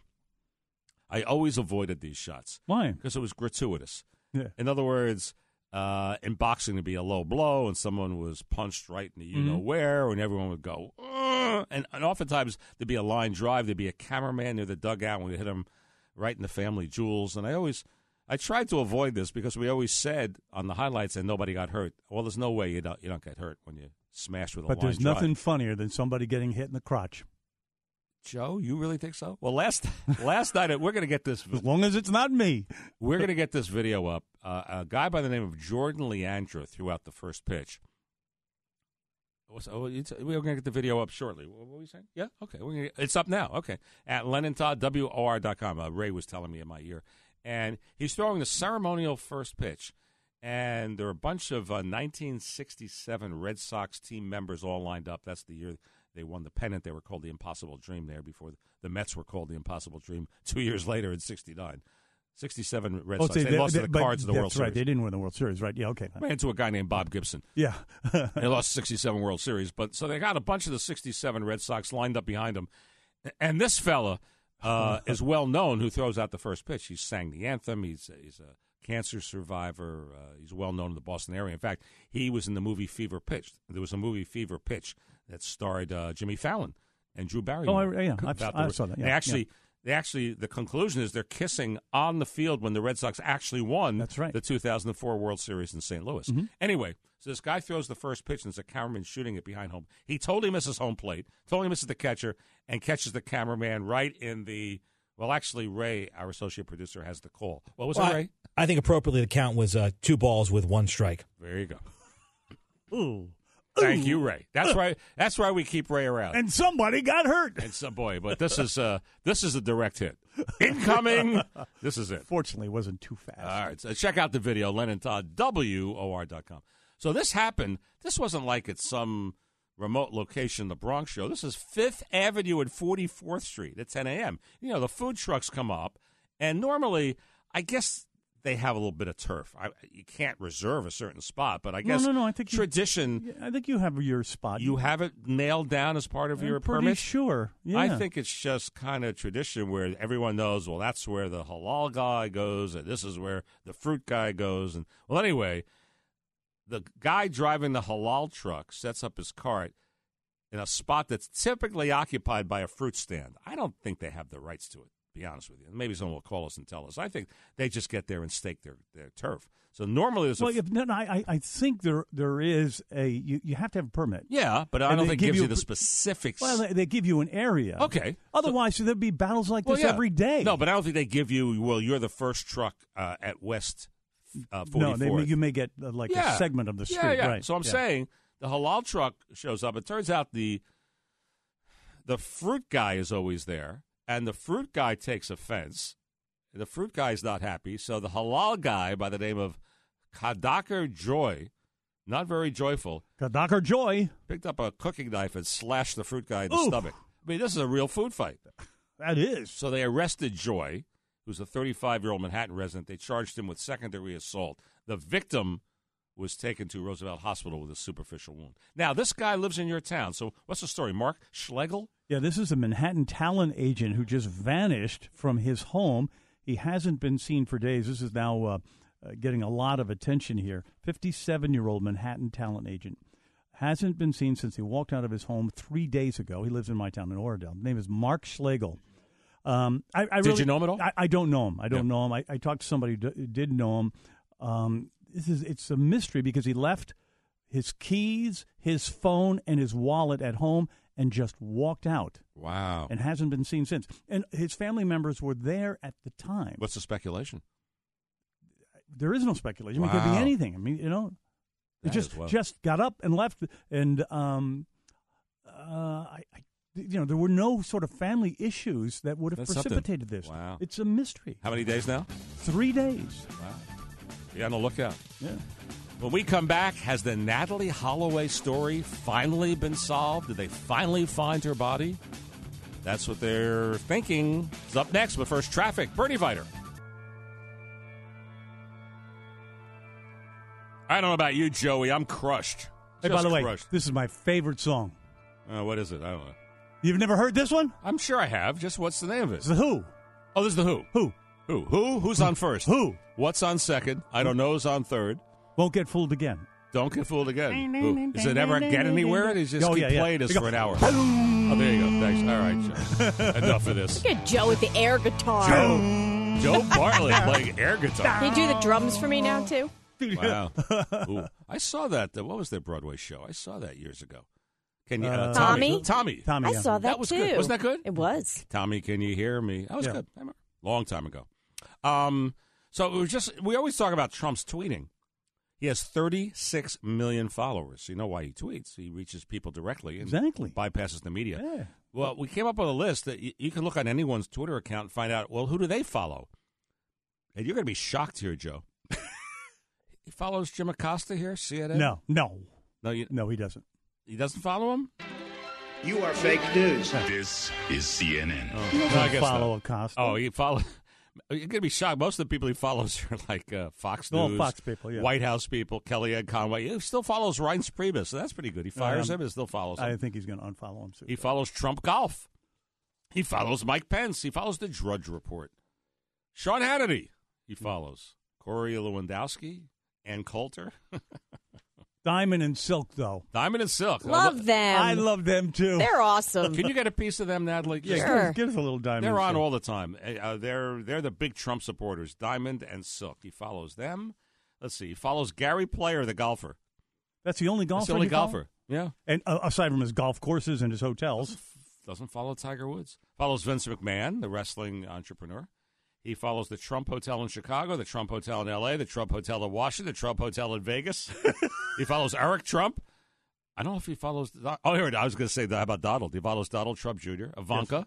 I always avoided these shots.
Why?
Because it was gratuitous.
Yeah.
In other words, uh, in boxing, to be a low blow, and someone was punched right in the you know
Mhm.
where, and everyone would go, "Ugh," and, and oftentimes there'd be a line drive, there'd be a cameraman near the dugout, and we'd hit him right in the family jewels. And I always, I tried to avoid this because we always said on the highlights, and nobody got hurt. Well, there's no way you don't, you don't get hurt when you smash with a
But
line
there's
drive.
nothing funnier than somebody getting hit in the crotch.
Joe, you really think so? Well, last last night we're going to get this.
As long as it's not me.
We're going to get this video up. Uh, a guy by the name of Jordan Leandro threw out the first pitch. What's- oh, it's- we're going to get the video up shortly. What were you saying? Yeah, okay. We're gonna, it's up now. Okay. At LennonToddWOR.com. Uh, Ray was telling me in my ear. And he's throwing the ceremonial first pitch. And there are a bunch of uh, 1967 Red Sox team members all lined up. That's the year they won the pennant. They were called the Impossible Dream there before the Mets were called the Impossible Dream two years later in 69. 67 Red
Oh,
Sox.
so
They, lost to the
but
Cards in the
that's
World
right.
Series.
They didn't win the World Series, right? Yeah, okay.
Ran into a guy named Bob Gibson.
Yeah.
they lost 67 World Series, but so they got a bunch of the 67 Red Sox lined up behind him. And this fella uh, is well known who throws out the first pitch. He sang the anthem. He's he's a cancer survivor. Uh, he's well known in the Boston area. In fact, he was in the movie Fever Pitch. There was a movie Fever Pitch that starred uh, Jimmy Fallon and Drew Barrymore.
Oh, I- yeah, I've-
About
I saw that, yeah,
they
yeah.
actually they actually the conclusion is they're kissing on the field when the Red Sox actually won That's right. the 2004 World Series in St. Louis.
Mhm.
Anyway, so this guy throws the first pitch and there's a cameraman shooting it behind home. He totally misses home plate, totally misses the catcher, and catches the cameraman right in the well. Actually, Ray, our associate producer, has the call. What was
Well,
it,
I-
Ray?
I, think appropriately the count was uh, two balls with one strike.
There you go.
Ooh.
Thank you, Ray. That's why. That's why we keep Ray around.
And somebody got hurt.
And some boy, but this is uh this is a direct hit. Incoming. this is it.
Fortunately, it wasn't too fast.
All right. So check out the video, Len and Todd, WOR.com. So this happened. This wasn't like at some remote location in the Bronx show. This is Fifth Avenue and 44th Street at 10 a.m. You know, the food trucks come up, and normally, I guess they have a little bit of turf. I, you can't reserve a certain spot, but I guess
no, no, no. I think you-
tradition.
I think you have your spot.
You have it nailed down as part of
I'm
your
pretty
permit?
sure.
I
Yeah.
think it's just kind of tradition where everyone knows, well, that's where the halal guy goes, and this is where the fruit guy goes. And well, anyway, the guy driving the halal truck sets up his cart in a spot that's typically occupied by a fruit stand. I don't think they have the rights to it, to be honest with you. Maybe someone will call us and tell us. I think they just get there and stake their, their turf. So normally there's a
Well, if, no, no, I, I I think there there is a you, you have to have a permit.
Yeah, but I
And
don't
they
think it
give
gives
you
you,
a
the
pr-
specifics.
Well, they, they give you an area.
Okay.
Otherwise, so, there'd be battles like
Well,
this
yeah.
every day.
No, but I don't think they give you. Well, you're the first truck uh, at West uh,
no, they,
44th.
you may get uh, like
Yeah.
a segment of the street.
Yeah, yeah.
Right.
So I'm
yeah.
saying the halal truck shows up. It turns out the the fruit guy is always there, and the fruit guy takes offense. The fruit guy is not happy. So the halal guy, by the name of Kadakar Joy, not very joyful,
Kadakar Joy
picked up a cooking knife and slashed the fruit guy in the
Oof.
stomach. I mean, this is a real food fight.
That is.
So they arrested Joy, who's a 35 year old Manhattan resident. They charged him with secondary assault. The victim was taken to Roosevelt Hospital with a superficial wound. Now, this guy lives in your town. So what's the story? Mark Schlegel?
Yeah, this is a Manhattan talent agent who just vanished from his home. He hasn't been seen for days. This is now uh, uh, getting a lot of attention here. 57 year old Manhattan talent agent hasn't been seen since he walked out of his home three days ago. He lives in my town in Oradell. His name is Mark Schlegel. Um, I, I
Did
really-
you know him at all?
I, I don't know him. I don't know him. I, I talked to somebody who d- did know him. Um, this is it's a mystery because he left his keys, his phone, and his wallet at home and just walked out.
Wow.
And hasn't been seen since. And his family members were there at the time.
What's the speculation?
There is no speculation. I mean, It could be
Wow.
anything. I mean, you know,
That
it just
is wild.
just got up and left, and um, uh, I, I, you know, there were no sort of family issues that would have
That's something.
precipitated this.
Wow.
It's a mystery.
How many days now?
Three days.
Wow. Be on the lookout.
Yeah.
When we come back, has the Natalie Holloway story finally been solved? Did they finally find her body? That's what they're thinking. It's up next, but first, traffic. Bernie Viter. I don't know about you, Joey. I'm crushed.
Hey, by
Just
the way,
crushed.
this is my favorite song.
Uh, what is it? I don't know.
You've never heard this one?
I'm sure I have. Just what's the name of it?
It's the Who.
Oh, this is the Who.
Who?
Who? Who? Who's on first?
Who?
What's on second? I don't know. Who's on third?
Won't get fooled again.
Don't get fooled again. Who? Does it ever get anywhere? They just
Oh,
keep
yeah, yeah.
playing this
They go,
for an hour. Oh, there you go. Thanks. All right, Joe. Enough of this.
Look at Joe with the air guitar.
Joe, Joe Bartlett playing air
Can
guitar.
you do the drums for me now too?
Wow. Ooh. I saw that. uh, What was their Broadway show? I saw that years ago. Can you, uh,
Uh,
Tommy?
Tommy?
Tommy.
I saw that,
was
too.
good. Wasn't that good?
It was.
Tommy, can you hear me? That was
Yeah.
good. I remember. Long time ago. Um, so it was just we always talk about Trump's tweeting. He has 36 million followers. You know why he tweets? He reaches people directly and
Exactly.
bypasses the media. Well, we came up with a list that you, you can look on anyone's Twitter account and find out. Well, who do they follow? And you're going to be shocked here, Joe. he follows Jim Acosta here, CNN.
No, no,
no, you,
no. He doesn't.
He doesn't follow him.
You are fake news.
This is CNN.
He doesn't
No, Oh. I guess
follow
not.
Acosta.
Oh, you follow. You're gonna be shocked. Most of the people he follows are like uh, Fox
Oh,
News,
Fox people, yeah.
White House people, Kellyanne Conway. He still follows Reince Priebus, so that's pretty good. He fires
Um,
him, and still follows him.
I think he's going to unfollow him soon.
He follows Trump Golf. He follows Mike Pence. He follows the Drudge Report. Sean Hannity. He follows Corey Lewandowski and Coulter.
Diamond and Silk, though.
Diamond and Silk.
Love
lo-
them.
I love them too.
They're awesome.
Can you get a piece of them, Natalie?
Yeah,
Just-
give, us, give us a little diamond.
They're
and
on
Silk.
all the time. Uh, Uh, they're they're the big Trump supporters, Diamond and Silk. He follows them. Let's see. He follows Gary Player, the golfer.
That's the only golfer.
That's the only
you follow?
golfer. Yeah.
And uh, aside from his golf courses and his hotels,
Doesn't follow Tiger Woods. Follows Vince McMahon, the wrestling entrepreneur. He follows the Trump Hotel in Chicago, the Trump Hotel in L.A., the Trump Hotel in Washington, the Trump Hotel in Vegas. he follows Eric Trump. I don't know if he follows. Oh, here it. I was going to say that how about Donald. He follows Donald Trump Jr., Ivanka,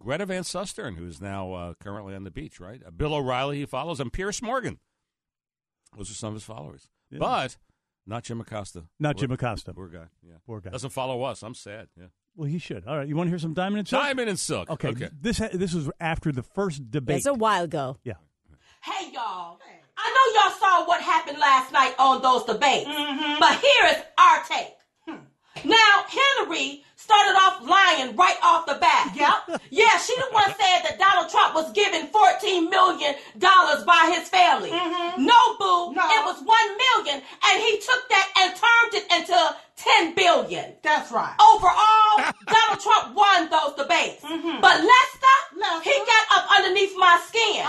Greta Van Susteren, who's now uh, currently on the beach, right? Uh, Bill O'Reilly he follows, and Pierce Morgan. Those are some of his followers,
Yeah.
but not Jim Acosta.
Not Jim
Poor-
Acosta.
Poor guy. Yeah,
Poor guy.
doesn't follow us. I'm sad. Yeah.
Well, he should. All right, you want to hear some diamond and silk?
Diamond and Silk.
Okay,
Okay.
this this was after the first debate.
It's a while ago.
Yeah.
Hey, y'all. I know y'all saw what happened last night on those debates, but here is our take. Now, Hillary started off lying right off the bat. Yep. yeah, she the one said that Donald Trump was given $14 million by his family. Mm-hmm. No, boo. It was $1 million, and he took that and turned it into $10 billion. That's right. Overall, Donald Trump won those debates. But Mm-hmm. Lester, Uh-huh. he got up underneath my skin.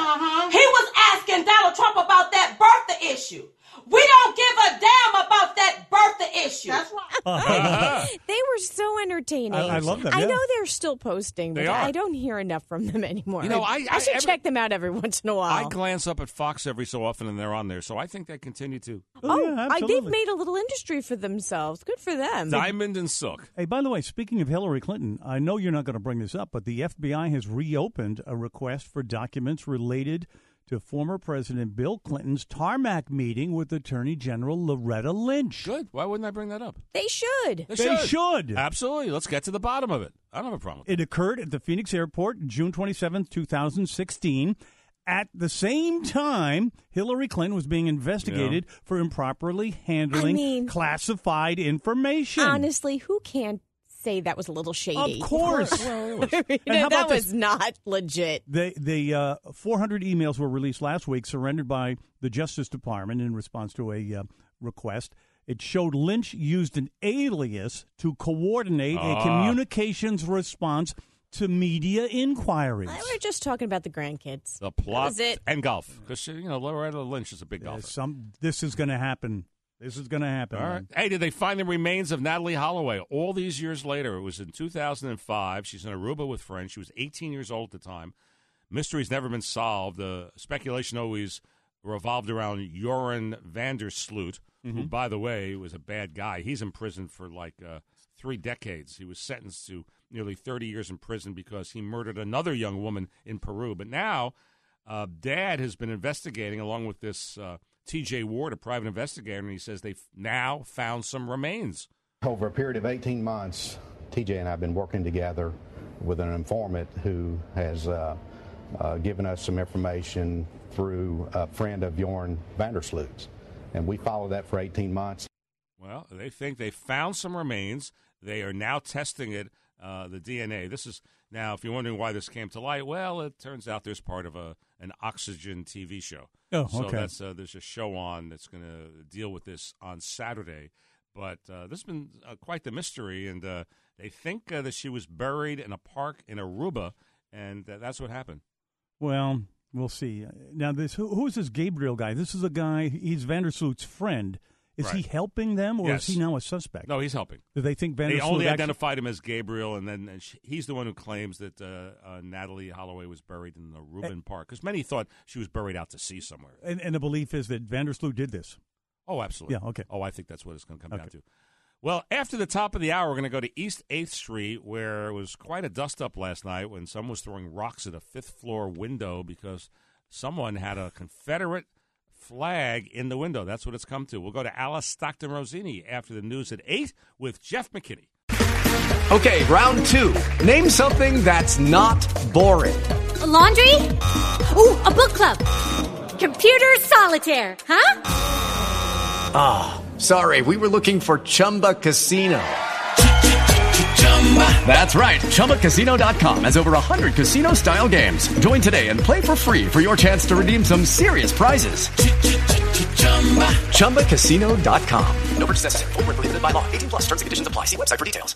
He was asking Donald Trump about that birthday issue. We don't give a damn about that birthday issue. That's right.
They were so entertaining.
I- I love them,
I
yeah.
know they're still posting, but
They are.
I don't hear enough from them anymore.
You know, I- I-
should
every-
check them out every once in a
I
while.
glance up at Fox every so often, and they're on there. So I think they continue to
oh,
yeah,
I, they've
absolutely.
made a little industry for themselves. Good for them.
Diamond and Silk.
Hey, by the way, speaking of Hillary Clinton, I know you're not going to bring this up, but the FBI has reopened a request for documents related to former President Bill Clinton's tarmac meeting with Attorney General Loretta Lynch.
Good. Why wouldn't I bring that up?
They should.
They,
They should.
Absolutely. Let's get to the bottom of it. I don't have a problem. with
It occurred at the Phoenix Airport June 27, 2016. At the same time, Hillary Clinton was being investigated for improperly handling
mean-
classified information.
Honestly, who can't say that was a little shady?
Of course.
I mean,
And how
that
about
was
this?
not legit.
They, the uh, 400 emails were released last week, surrendered by the Justice Department in response to a uh, request. It showed Lynch used an alias to coordinate a
Ah.
communications response to media inquiries.
We were just talking about the grandkids.
The plot
was it.
and golf. Because, you know, Loretta Lynch is a big golfer.
Some, this is going to happen. This is going to happen.
All right. Hey, did they find the remains of Natalie Holloway all these years later? It was in 2005. She's in Aruba with friends. She was 18 years old at the time. Mystery's never been solved. The speculation always revolved around Joran Vandersloot, who,
Mm-hmm.
Mhm.
by the way, was a bad guy. He's in prison for like uh, three decades. He was sentenced to nearly 30 years in prison because he murdered another young woman in Peru. But now, uh, Dad has been investigating along with this uh, T.J. Ward, a private investigator, and he says they've now found some remains.
Over a period of 18 months, TJ and I have been working together with an informant who has uh, uh, given us some information through a friend of Jorn Vandersloot's. And we followed that for 18 months.
Well, they think they found some remains. They are now testing it, uh, the DNA. This is now, if you're wondering why this came to light, well, it turns out there's part of a an Oxygen TV show.
Oh,
so
okay.
That's, uh, there's a show on that's going to deal with this on Saturday. But uh, this has been uh, quite the mystery, and uh, they think uh, that she was buried in a park in Aruba, and uh, that's what happened.
Well, we'll see. Now, this who, who's this Gabriel guy? This is a guy. He's Vandersloot's friend. Is he
Right.
helping them, or
Yes.
is he now a suspect?
No, he's helping.
Do they think Vandersloot?
They only
actu-
identified him as Gabriel, and then and she, he's the one who claims that uh, uh, Natalie Holloway was buried in the Reuben Park because many thought she was buried out to sea somewhere.
and, and the belief is that Vandersloot did this.
Oh, absolutely.
Yeah, okay.
Oh, I think that's what it's going to come down
Okay.
to. Well, after the top of the hour, we're going to go to East 8th Street, where it was quite a dust up last night when someone was throwing rocks at a fifth floor window because someone had a Confederate flag in the window. That's what it's come to. We'll go to Alice Stockton Rosini after the news at 8 with Jeff McKinney.
Okay, round two. Name something that's not boring.
A laundry? Ooh, a book club. Computer solitaire, huh?
Ah, sorry, we were looking for Chumba Casino. That's right, ChumbaCasino.com has over 100 casino style games. Join today and play for free for your chance to redeem some serious prizes. ChumbaCasino.com. No purchase necessary, forward prohibited by law, 18 plus terms and conditions apply. See website for details.